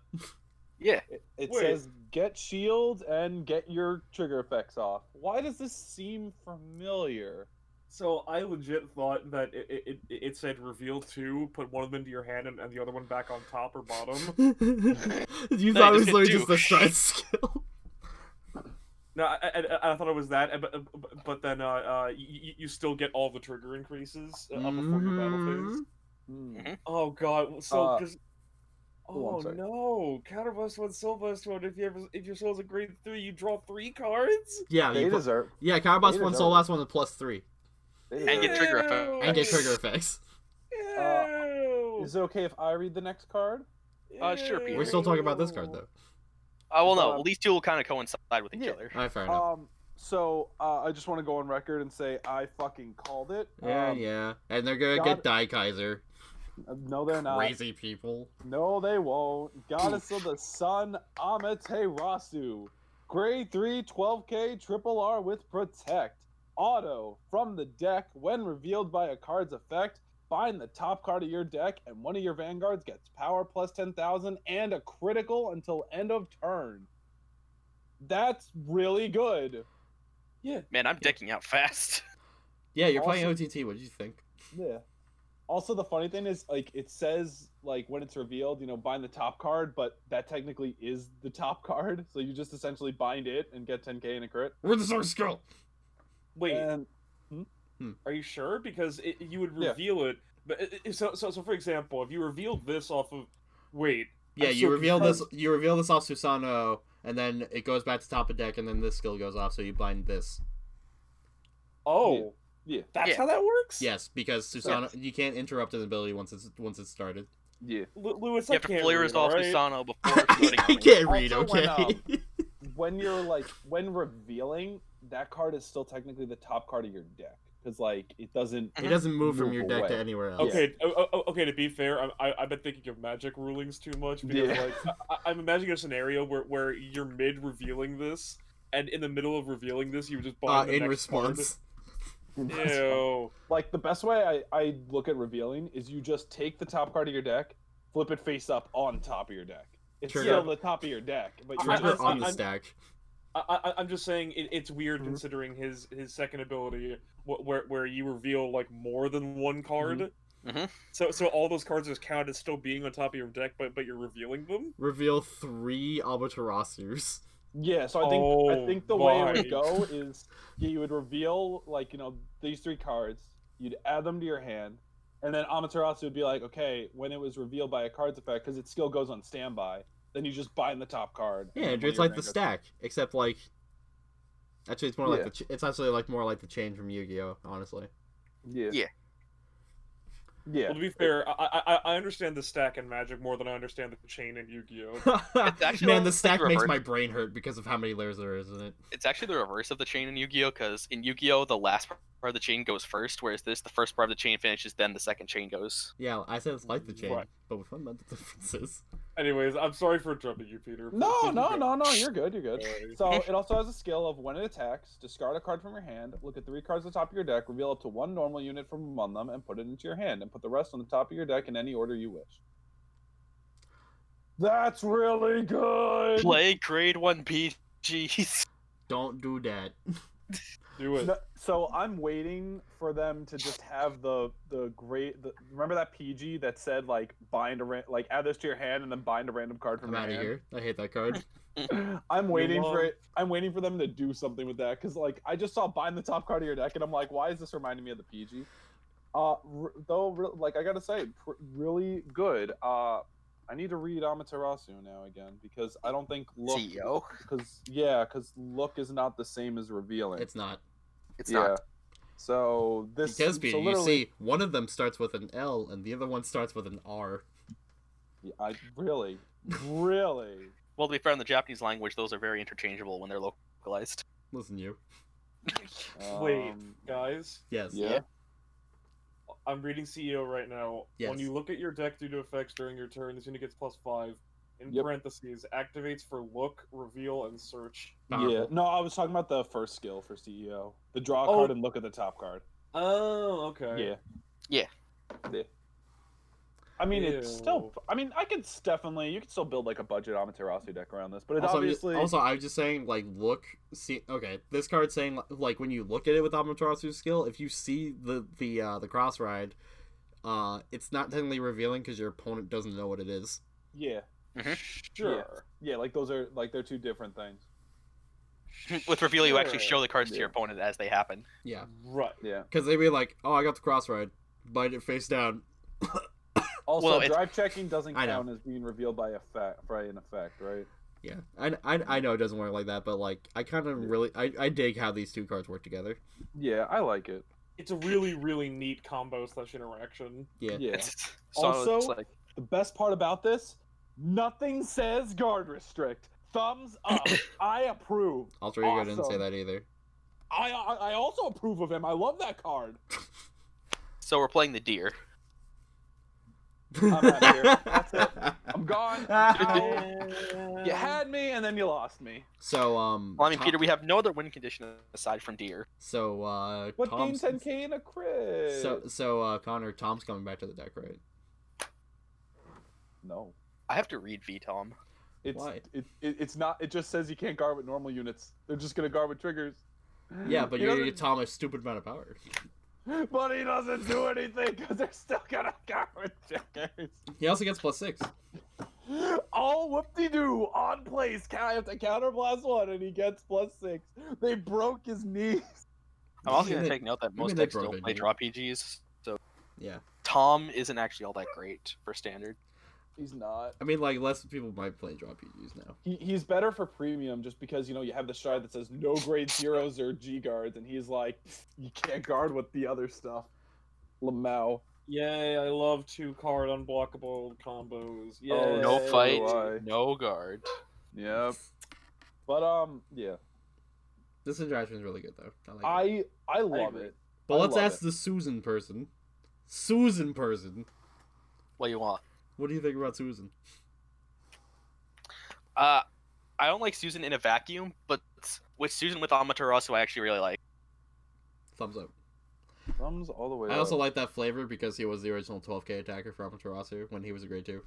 [SPEAKER 1] Yeah,
[SPEAKER 4] It, it
[SPEAKER 2] Wait.
[SPEAKER 4] says get shield and get your trigger effects off. Why does this seem familiar?
[SPEAKER 2] So I legit thought that it, it, it, it said reveal two, put one of them into your hand and, and the other one back on top or bottom.
[SPEAKER 3] you
[SPEAKER 1] No,
[SPEAKER 3] thought
[SPEAKER 1] you
[SPEAKER 3] it
[SPEAKER 1] just
[SPEAKER 3] was
[SPEAKER 1] hit
[SPEAKER 3] literally
[SPEAKER 1] two.
[SPEAKER 3] just the stride skill.
[SPEAKER 2] No, I, I- I, I thought it was that, but but- but then uh, uh you, you still get all the trigger increases uh, before your battle phase.
[SPEAKER 3] Mhm.
[SPEAKER 4] Hmm.
[SPEAKER 2] Oh god, so
[SPEAKER 4] Uh,
[SPEAKER 2] just
[SPEAKER 4] oh, I'm
[SPEAKER 2] oh
[SPEAKER 4] sorry.
[SPEAKER 2] no, counterblast one, soulblast one. If you ever if your soul's a grade three, you draw three cards.
[SPEAKER 3] Yeah,
[SPEAKER 4] They
[SPEAKER 3] you put-
[SPEAKER 4] deserve.
[SPEAKER 3] yeah, Counterboss
[SPEAKER 4] They
[SPEAKER 3] one,
[SPEAKER 4] deserve
[SPEAKER 3] soul
[SPEAKER 4] it.
[SPEAKER 3] last one, and plus three.
[SPEAKER 4] They
[SPEAKER 1] And
[SPEAKER 4] deserve
[SPEAKER 1] get trigger effect.
[SPEAKER 2] Ew.
[SPEAKER 3] And get trigger effects.
[SPEAKER 2] Ew.
[SPEAKER 4] it. Uh, Is it okay if I read the next card?
[SPEAKER 1] Uh, sure,
[SPEAKER 2] Ew.
[SPEAKER 1] Peter.
[SPEAKER 3] We're still talking about this card though.
[SPEAKER 1] Uh, well, no.
[SPEAKER 4] Um,
[SPEAKER 1] Well, these two will kind of coincide with each
[SPEAKER 4] yeah.
[SPEAKER 1] other.
[SPEAKER 3] Alright, fair enough.
[SPEAKER 4] Um. So uh, I just want to go on record and say I fucking called it.
[SPEAKER 3] yeah,
[SPEAKER 4] um,
[SPEAKER 3] yeah. And they're gonna
[SPEAKER 4] God-
[SPEAKER 3] get Die Kaiser.
[SPEAKER 4] No, they're not.
[SPEAKER 3] Crazy people.
[SPEAKER 4] No, they won't. Goddess of the Sun, Amaterasu. Grade 3, 12k, triple R with Protect. Auto, from the deck, when revealed by a card's effect, find the top card of your deck, and one of your vanguards gets power plus 10,000 and a critical until end of turn. That's really good.
[SPEAKER 1] Man, I'm decking out fast.
[SPEAKER 3] Yeah, you're playing
[SPEAKER 4] Awesome.
[SPEAKER 3] OTT. What do you think?
[SPEAKER 4] Yeah. Also, the funny thing is, like, it says, like, when it's revealed, you know, bind the top card, but that technically is the top card. So you just essentially bind it and get 10k in a crit.
[SPEAKER 3] We're the source girl.
[SPEAKER 2] Wait,
[SPEAKER 4] And
[SPEAKER 2] are you sure? Because it, you would
[SPEAKER 4] Uh, Yeah.
[SPEAKER 2] reveal it. But it, it- so, so so for example, if you revealed this off of wait,
[SPEAKER 3] Yeah,
[SPEAKER 2] I'm
[SPEAKER 3] you
[SPEAKER 2] so
[SPEAKER 3] reveal this.
[SPEAKER 2] confused.
[SPEAKER 3] You reveal this off Susano, and then it goes back to top of deck, and then this skill goes off, so you bind this.
[SPEAKER 2] Oh,
[SPEAKER 4] Yeah.
[SPEAKER 2] that's
[SPEAKER 1] Yeah.
[SPEAKER 2] how that works.
[SPEAKER 3] Yes, because Susano, you can't interrupt an ability once it's once it's started.
[SPEAKER 4] yeah.
[SPEAKER 2] Lu- Lewis,
[SPEAKER 1] You
[SPEAKER 2] I
[SPEAKER 1] have to
[SPEAKER 2] can't
[SPEAKER 1] fully
[SPEAKER 2] read,
[SPEAKER 1] resolve
[SPEAKER 2] alright?
[SPEAKER 1] Susano before
[SPEAKER 3] I,
[SPEAKER 1] exploding on me.
[SPEAKER 3] can't read.
[SPEAKER 4] Also,
[SPEAKER 3] Okay.
[SPEAKER 4] when, When you're, like, when revealing, that card is still technically the top card of your deck. Because, like, it doesn't.
[SPEAKER 3] it doesn't move from
[SPEAKER 4] Move
[SPEAKER 3] your deck to
[SPEAKER 4] away.
[SPEAKER 3] anywhere else.
[SPEAKER 2] Okay, o- o- okay. To be fair, I, I, I've been thinking of magic rulings too much because,
[SPEAKER 4] Yeah.
[SPEAKER 2] like, I, I- I'm imagining a scenario where, where you're mid revealing this, and in the middle of revealing this, you would just buy
[SPEAKER 3] Uh, in response,
[SPEAKER 2] Ew.
[SPEAKER 4] Like, the best way I, I look at revealing is you just take the top card of your deck, flip it face up on top of your deck. It's
[SPEAKER 3] Trigger.
[SPEAKER 4] still the top of your deck, but you're
[SPEAKER 2] I-
[SPEAKER 3] trigger
[SPEAKER 4] just
[SPEAKER 2] I-
[SPEAKER 3] on the
[SPEAKER 2] I'm-
[SPEAKER 3] stack.
[SPEAKER 2] I, I, I'm just saying it, it's weird
[SPEAKER 4] Mhm.
[SPEAKER 3] Mm-hmm.
[SPEAKER 2] considering his his second ability, wh- where where you reveal like more than
[SPEAKER 3] Mm-hmm.
[SPEAKER 2] one card.
[SPEAKER 1] Mhm.
[SPEAKER 2] So so all those cards just count as still being on top of your deck, but but you're revealing them.
[SPEAKER 3] Reveal three Amaterasus.
[SPEAKER 4] Yeah, so I think I
[SPEAKER 2] Oh,
[SPEAKER 4] think the way it
[SPEAKER 2] my.
[SPEAKER 4] would go is yeah, you would reveal like you know these three cards, you'd add them to your hand, and then Amaterasu would be like, okay, when it was revealed by a card's effect, because it still goes on standby, then you just bind the top card. and
[SPEAKER 3] Yeah,
[SPEAKER 4] then
[SPEAKER 3] Andrew,
[SPEAKER 4] one
[SPEAKER 3] it's
[SPEAKER 4] of your
[SPEAKER 3] like the
[SPEAKER 4] vanguards-
[SPEAKER 3] stack, except like. Actually, it's more like
[SPEAKER 4] Yeah.
[SPEAKER 3] the. Ch- it's actually like more like the change from Yu-Gi-Oh. Honestly,
[SPEAKER 4] Yeah.
[SPEAKER 1] Yeah.
[SPEAKER 4] Yeah.
[SPEAKER 2] Well, to be fair, I, I I- I understand the stack in Magic more than I understand the chain in Yu-Gi-Oh.
[SPEAKER 1] actually
[SPEAKER 3] man,
[SPEAKER 1] like-
[SPEAKER 3] the
[SPEAKER 1] it's
[SPEAKER 3] stack
[SPEAKER 1] like
[SPEAKER 3] makes
[SPEAKER 1] reverse.
[SPEAKER 3] my brain hurt because of how many layers there is in it.
[SPEAKER 1] It's actually the reverse of the chain in Yu-Gi-Oh, because in Yu-Gi-Oh, the last part of the chain goes first, whereas this, the first part of the chain finishes, then the second chain goes.
[SPEAKER 3] Yeah, I said it's like the chain,
[SPEAKER 2] Right.
[SPEAKER 3] but with fundamental differences.
[SPEAKER 2] Anyways, I'm sorry for interrupting you, Peter.
[SPEAKER 4] No,
[SPEAKER 2] Please
[SPEAKER 4] no,
[SPEAKER 2] go.
[SPEAKER 4] no, no. You're good. You're good.
[SPEAKER 2] Sorry.
[SPEAKER 4] So it also has a skill of when it attacks, discard a card from your hand, look at three cards at the top of your deck, reveal up to one normal unit from among them, and put it into your hand, and put the rest on the top of your deck in any order you wish. That's really good.
[SPEAKER 1] Play grade one PGs.
[SPEAKER 3] Don't do that.
[SPEAKER 5] Do it.
[SPEAKER 4] No, so I'm waiting for them to just have the the great. The, remember that PG that said like bind a ran- like add this to your hand and then bind a random card from
[SPEAKER 3] I'm out
[SPEAKER 4] your
[SPEAKER 3] of
[SPEAKER 4] hand.
[SPEAKER 3] here. I hate that card.
[SPEAKER 4] I'm waiting for
[SPEAKER 5] wrong.
[SPEAKER 4] it. I'm waiting for them to do something with that because, like, I just saw bind the top card of your deck, and I'm like, why is this reminding me of the PG? Uh, r- though, re- like, I gotta say, pr- really good. Uh, I need to read Amaterasu now again because I don't think look,
[SPEAKER 3] E
[SPEAKER 1] CEO.
[SPEAKER 4] because yeah, because look is not the same as revealing.
[SPEAKER 3] It's not.
[SPEAKER 1] It's
[SPEAKER 4] yeah.
[SPEAKER 1] not.
[SPEAKER 4] So this
[SPEAKER 3] because
[SPEAKER 4] so
[SPEAKER 3] Peter, you
[SPEAKER 4] literally-
[SPEAKER 3] see, one of them starts with an L and the other one starts with an R.
[SPEAKER 4] Yeah, I really, really.
[SPEAKER 1] Well, to be fair, in the Japanese language, those are very interchangeable when they're localized.
[SPEAKER 3] Listen, you.
[SPEAKER 5] Wait,
[SPEAKER 4] um,
[SPEAKER 5] guys.
[SPEAKER 3] Yes.
[SPEAKER 4] Yeah.
[SPEAKER 5] I'm reading CEO right now.
[SPEAKER 3] Yes.
[SPEAKER 5] When you look at your deck due to effects during your turn, this unit gets plus five. In
[SPEAKER 4] Yep.
[SPEAKER 5] parentheses, activates for look, reveal, and search.
[SPEAKER 3] Powerful.
[SPEAKER 4] Yeah, no, I was talking about the first skill for CEO, the draw
[SPEAKER 5] Oh.
[SPEAKER 4] card and look at the top card.
[SPEAKER 5] Oh, okay.
[SPEAKER 4] Yeah.
[SPEAKER 1] Yeah.
[SPEAKER 4] Yeah. I mean, it's still.
[SPEAKER 5] Ew.
[SPEAKER 4] I mean, I could s- definitely. You could still build like a budget Amaterasu deck around this, but it
[SPEAKER 3] Also,
[SPEAKER 4] obviously.
[SPEAKER 3] also, I was just saying, like, look, see, okay, this card saying, like, when you look at it with Amaterasu's skill, if you see the the uh, the cross ride, uh, it's not technically revealing because your opponent doesn't know what it is.
[SPEAKER 4] yeah.
[SPEAKER 5] Sure.
[SPEAKER 4] Yeah, like those are like they're two different things.
[SPEAKER 1] With reveal, you actually
[SPEAKER 5] Sure.
[SPEAKER 1] show the cards to
[SPEAKER 4] Yeah.
[SPEAKER 1] your opponent as they happen.
[SPEAKER 3] Yeah,
[SPEAKER 5] Right.
[SPEAKER 4] Yeah.
[SPEAKER 3] because they'd be like, oh, I got the cross ride, bite it face down.
[SPEAKER 4] Also,
[SPEAKER 1] Well, it's-
[SPEAKER 4] drive checking doesn't
[SPEAKER 3] I know.
[SPEAKER 4] count as being revealed by effect, by an effect, right?
[SPEAKER 3] Yeah, I, I, I know it doesn't work like that, but like, I kind of really, I, I dig how these two cards work together.
[SPEAKER 4] Yeah, I like it.
[SPEAKER 5] It's a really, really neat combo slash interaction.
[SPEAKER 3] Yeah.
[SPEAKER 4] Yeah.
[SPEAKER 1] It's, so also,
[SPEAKER 4] Also-
[SPEAKER 1] like,
[SPEAKER 4] The best part about this, nothing says guard restrict. Thumbs up. I approve.
[SPEAKER 3] Alter Ego didn't say
[SPEAKER 4] Awesome.
[SPEAKER 3] that either.
[SPEAKER 4] I, I I also approve of him. I love that card.
[SPEAKER 1] so we're playing the deer.
[SPEAKER 4] I'm out of here. That's it. I'm gone. You
[SPEAKER 5] Yeah.
[SPEAKER 4] had me and then you lost me.
[SPEAKER 3] so um.
[SPEAKER 1] Well, I mean,
[SPEAKER 3] Tom-
[SPEAKER 1] Peter, we have no other win condition aside from deer.
[SPEAKER 3] So uh.
[SPEAKER 4] What game
[SPEAKER 3] Tom's-
[SPEAKER 4] 10k in a crit?
[SPEAKER 3] So so uh, Connor, Tom's coming back to the deck, right?
[SPEAKER 4] no,
[SPEAKER 1] I have to read V Tom.
[SPEAKER 4] it's
[SPEAKER 3] Why?
[SPEAKER 4] It, it it's not. It just says you can't guard with normal units. They're just gonna guard with triggers.
[SPEAKER 3] Yeah, but
[SPEAKER 4] He
[SPEAKER 3] you're gonna give
[SPEAKER 4] doesn't-
[SPEAKER 3] Tom a stupid amount of power.
[SPEAKER 4] But he doesn't do anything because they're still gonna guard with triggers.
[SPEAKER 3] He also gets plus six.
[SPEAKER 4] All whoop-de-doo on plays. Ca- I have to counter blast one and he gets plus six. They broke his knees.
[SPEAKER 1] I'm also
[SPEAKER 3] Yeah,
[SPEAKER 1] going to
[SPEAKER 3] they-
[SPEAKER 1] take note that
[SPEAKER 3] I
[SPEAKER 1] most
[SPEAKER 3] mean, they
[SPEAKER 1] decks
[SPEAKER 3] broke
[SPEAKER 1] don't
[SPEAKER 3] it,
[SPEAKER 1] play
[SPEAKER 3] yeah.
[SPEAKER 1] draw PGs, so
[SPEAKER 3] Yeah,
[SPEAKER 1] Tom isn't actually all that great for standard.
[SPEAKER 4] He's not.
[SPEAKER 3] I mean like less people might play draw PGs now.
[SPEAKER 4] He, he's better for premium just because you know you have the shard that says no grade zeros or G guards, and he's like you can't guard with the other stuff. Lamau.
[SPEAKER 5] Yay, I love two card unblockable combos. Yay.
[SPEAKER 4] Oh,
[SPEAKER 1] No
[SPEAKER 4] so
[SPEAKER 1] fight,
[SPEAKER 4] do I.
[SPEAKER 1] no guard.
[SPEAKER 4] Yep. But um, yeah,
[SPEAKER 3] This interaction is really good though. I like it.
[SPEAKER 4] I I love
[SPEAKER 5] agree.
[SPEAKER 4] it.
[SPEAKER 3] But
[SPEAKER 4] I
[SPEAKER 3] let's
[SPEAKER 4] love
[SPEAKER 3] ask
[SPEAKER 4] it.
[SPEAKER 3] the Susan person. Susan person,
[SPEAKER 1] What do you want?
[SPEAKER 3] what do you think about Susan?
[SPEAKER 1] Uh, I don't like Susan in a vacuum, but with Susan with Amaterasu, I actually really like.
[SPEAKER 3] Thumbs up.
[SPEAKER 4] Thumbs all the way.
[SPEAKER 3] I also
[SPEAKER 4] up.
[SPEAKER 3] like that flavor because he was the original 12k attacker for Amaterasu when he was a grade two.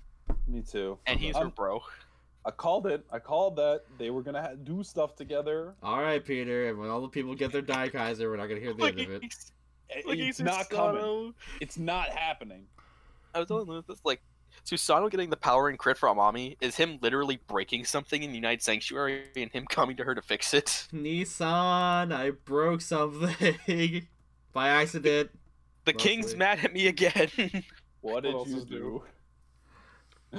[SPEAKER 4] me too.
[SPEAKER 1] And he's
[SPEAKER 4] Um,
[SPEAKER 1] your bro.
[SPEAKER 4] I called it. I called that they were gonna ha- do stuff together.
[SPEAKER 3] All right, Peter. And when all the people get their die Kaiser, we're not gonna hear the end of it.
[SPEAKER 4] It-
[SPEAKER 1] Look,
[SPEAKER 4] it's
[SPEAKER 1] he's
[SPEAKER 4] not
[SPEAKER 1] Susano.
[SPEAKER 4] coming. It's not happening.
[SPEAKER 1] I was only this like Susano getting the power and crit from Amami is him literally breaking something in United Sanctuary and him coming to her to fix it.
[SPEAKER 3] Nissan, I broke something by accident.
[SPEAKER 1] The king's
[SPEAKER 3] Lovely.
[SPEAKER 1] mad at me again.
[SPEAKER 4] What did
[SPEAKER 5] else
[SPEAKER 4] you
[SPEAKER 5] is new?
[SPEAKER 4] do?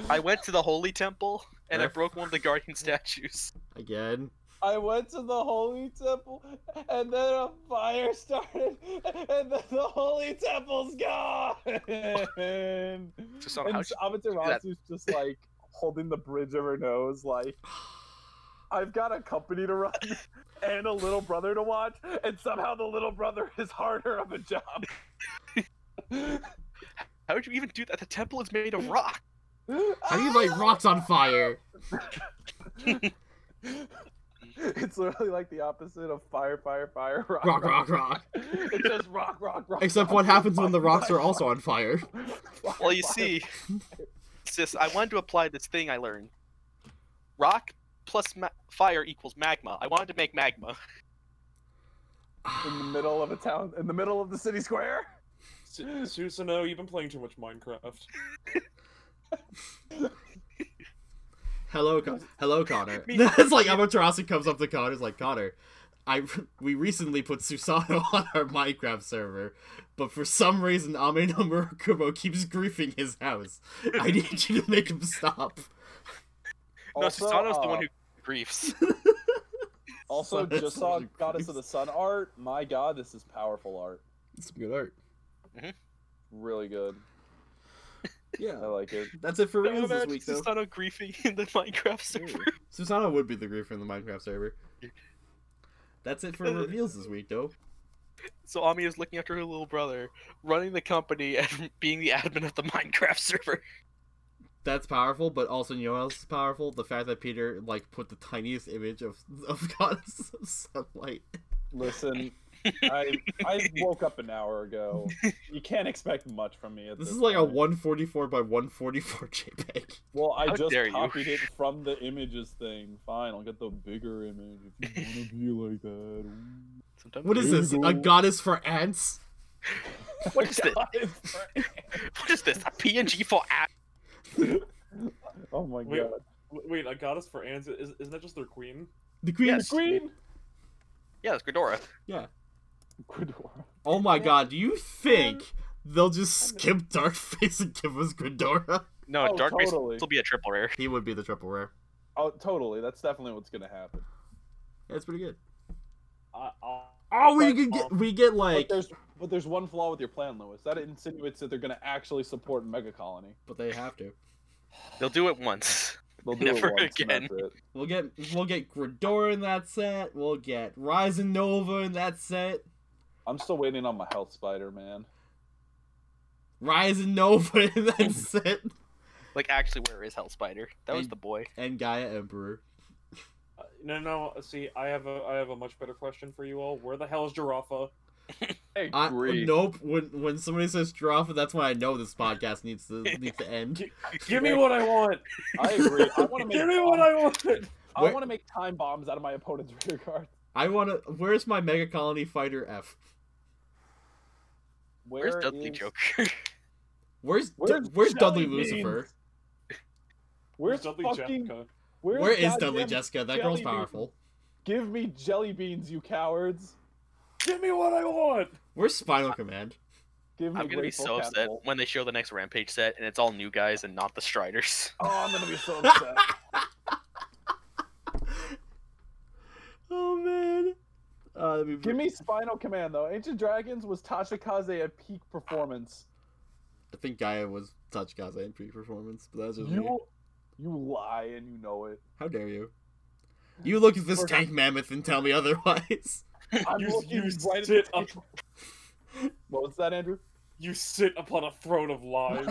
[SPEAKER 1] I went to the holy temple and I
[SPEAKER 3] Ref-
[SPEAKER 1] broke one of the guardian statues.
[SPEAKER 3] Again.
[SPEAKER 4] I went to the holy temple, and then a fire started, and then the holy temple's gone. and
[SPEAKER 1] So somehow she-
[SPEAKER 4] Amaterasu's just like holding the bridge of her nose, like I've got a company to run and a little brother to watch, and somehow the little brother is harder of a job.
[SPEAKER 1] How would you even do that? The temple is made of rock.
[SPEAKER 3] How do you light rocks on fire?
[SPEAKER 4] It's literally like the opposite of fire, fire, fire, rock,
[SPEAKER 3] Rock, rock, rock.
[SPEAKER 4] It says rock, rock, rock.
[SPEAKER 3] Except
[SPEAKER 4] rock,
[SPEAKER 3] what happens when the
[SPEAKER 4] rock,
[SPEAKER 3] rocks are
[SPEAKER 4] rock,
[SPEAKER 3] also on fire.
[SPEAKER 4] rock,
[SPEAKER 1] Well, you
[SPEAKER 4] rock,
[SPEAKER 1] see, sis, I wanted to apply this thing I learned. Rock plus ma- fire equals magma. I wanted to make magma.
[SPEAKER 4] in the middle of a town, in the middle of the city square.
[SPEAKER 5] Su- Susanoo, you've been playing too much Minecraft.
[SPEAKER 3] Hello, Con- hello, Connor. it's like Amaterasu comes up to Connor. It's like Connor, I we recently put Susano on our Minecraft server, but for some reason Ame no Murakumo keeps griefing his house. I need you to make him stop.
[SPEAKER 1] No,
[SPEAKER 4] Also,
[SPEAKER 1] Susano's the
[SPEAKER 4] uh,
[SPEAKER 1] one who griefs.
[SPEAKER 4] Also,
[SPEAKER 3] That's
[SPEAKER 4] just saw
[SPEAKER 3] really
[SPEAKER 4] Goddess
[SPEAKER 3] crazy.
[SPEAKER 4] of the Sun art. My God, this is powerful art.
[SPEAKER 3] It's good art.
[SPEAKER 4] Really good. I
[SPEAKER 3] Yeah,
[SPEAKER 4] like it.
[SPEAKER 3] that's it for
[SPEAKER 1] No,
[SPEAKER 3] reasons this
[SPEAKER 1] imagine
[SPEAKER 3] week though.
[SPEAKER 1] Susano griefing in the Minecraft server.
[SPEAKER 3] Susano would be the griefer in the Minecraft server. That's it for reveals this week though.
[SPEAKER 1] So Ami is looking after her little brother, running the company, and being the admin of the Minecraft server.
[SPEAKER 3] that's powerful, but also you know what else is powerful? The fact that Peter like put the tiniest image of of goddess of sunlight.
[SPEAKER 4] Listen, I I woke up an hour ago. You can't expect much from me. At this,
[SPEAKER 3] This is like a
[SPEAKER 4] point.
[SPEAKER 3] 144 by 144 JPEG.
[SPEAKER 4] Well, I
[SPEAKER 1] How
[SPEAKER 4] just
[SPEAKER 1] dare you.
[SPEAKER 4] copied it from the images thing. Fine, I'll get the bigger image if you want to be like that.
[SPEAKER 1] Sometimes
[SPEAKER 3] What is this? A
[SPEAKER 4] Google.
[SPEAKER 3] goddess for ants?
[SPEAKER 1] What is this? What is this? A PNG for app?
[SPEAKER 4] oh my
[SPEAKER 5] Wait,
[SPEAKER 4] god.
[SPEAKER 5] w- wait, a goddess for ants? Is, isn't that just their queen?
[SPEAKER 3] The queen.
[SPEAKER 1] Yes.
[SPEAKER 5] Queen?
[SPEAKER 1] Yeah, it's Ghidorah.
[SPEAKER 4] Ghidorah.
[SPEAKER 3] Oh my god! Do
[SPEAKER 4] Um,
[SPEAKER 3] you think they'll just skip Darkface and give us Ghidorah?
[SPEAKER 1] No,
[SPEAKER 4] Oh,
[SPEAKER 1] Dark Mace
[SPEAKER 4] totally.
[SPEAKER 1] will be a triple rare.
[SPEAKER 3] He would be the triple rare.
[SPEAKER 4] Oh, totally. That's definitely what's gonna happen.
[SPEAKER 3] That's pretty good.
[SPEAKER 5] Uh, uh,
[SPEAKER 3] Oh, we
[SPEAKER 5] But,
[SPEAKER 3] could get
[SPEAKER 5] um,
[SPEAKER 3] we get
[SPEAKER 4] But
[SPEAKER 3] like,
[SPEAKER 4] there's but there's one flaw with your plan, Lewis. That insinuates that they're gonna actually support Mega Colony.
[SPEAKER 3] but they have to.
[SPEAKER 1] They'll do it once.
[SPEAKER 4] They'll do
[SPEAKER 1] Never
[SPEAKER 4] it once, and
[SPEAKER 1] again.
[SPEAKER 4] that's it.
[SPEAKER 3] We'll get we'll get Ghidorah in that set. We'll get Rising Nova in that set.
[SPEAKER 4] I'm still waiting on my health spider, man.
[SPEAKER 3] Rising Nova in that set.
[SPEAKER 1] Like, actually, where is Hell Spider? That was
[SPEAKER 3] Hey.
[SPEAKER 1] the boy.
[SPEAKER 3] and Gaia Emperor.
[SPEAKER 5] no, no. See, I have a, I have a much better question for you all. Where the hell is Giraffa?
[SPEAKER 4] Hey,
[SPEAKER 3] I,
[SPEAKER 4] Greed.
[SPEAKER 3] nope. When when somebody says giraffe, that's when I know this podcast needs to needs to end.
[SPEAKER 5] Give me what I want.
[SPEAKER 4] I agree. I want to make
[SPEAKER 5] Give me what I want.
[SPEAKER 4] I
[SPEAKER 3] Wait.
[SPEAKER 4] want to make time bombs out of my opponent's rear guard.
[SPEAKER 3] I want to. Where's my Mega Colony Fighter F?
[SPEAKER 4] Where
[SPEAKER 1] Where's Dudley
[SPEAKER 4] is-
[SPEAKER 1] Joker?
[SPEAKER 3] Where's Du-
[SPEAKER 4] Where's,
[SPEAKER 3] where's, Dudley
[SPEAKER 4] Jelly Beans?
[SPEAKER 3] Lucifer?
[SPEAKER 4] Where's
[SPEAKER 5] Dudley
[SPEAKER 4] fucking
[SPEAKER 5] Jessica?
[SPEAKER 4] where's
[SPEAKER 3] Where is
[SPEAKER 4] goddamn-
[SPEAKER 3] Dudley Jessica? That
[SPEAKER 4] Jelly
[SPEAKER 3] girl's
[SPEAKER 4] Beans?
[SPEAKER 3] powerful.
[SPEAKER 4] Give me jelly beans, you cowards.
[SPEAKER 5] Give me what I want.
[SPEAKER 3] Where's Spinal Command?
[SPEAKER 4] Give me
[SPEAKER 1] I'm gonna be
[SPEAKER 4] Grateful
[SPEAKER 1] so upset
[SPEAKER 4] Cannibal.
[SPEAKER 1] when they show the next Rampage set and it's all new guys and not the Striders.
[SPEAKER 4] Oh, I'm gonna be so upset.
[SPEAKER 3] Oh man. Uh, that'd be-
[SPEAKER 4] Give me Spinal Command though. Ancient Dragons was Tasha Kaze at peak performance.
[SPEAKER 3] I think Gaia was Touch Gaza in pre-performance, but that's just me.
[SPEAKER 4] You, you lie and you know it.
[SPEAKER 3] How dare you? You look at this
[SPEAKER 4] Or-
[SPEAKER 3] tank mammoth and tell me otherwise.
[SPEAKER 4] I'm
[SPEAKER 5] You,
[SPEAKER 4] looking
[SPEAKER 5] you
[SPEAKER 4] right at
[SPEAKER 5] sit
[SPEAKER 4] the
[SPEAKER 5] up.
[SPEAKER 4] table. What was that, Andrew?
[SPEAKER 5] You sit upon a throne of lies.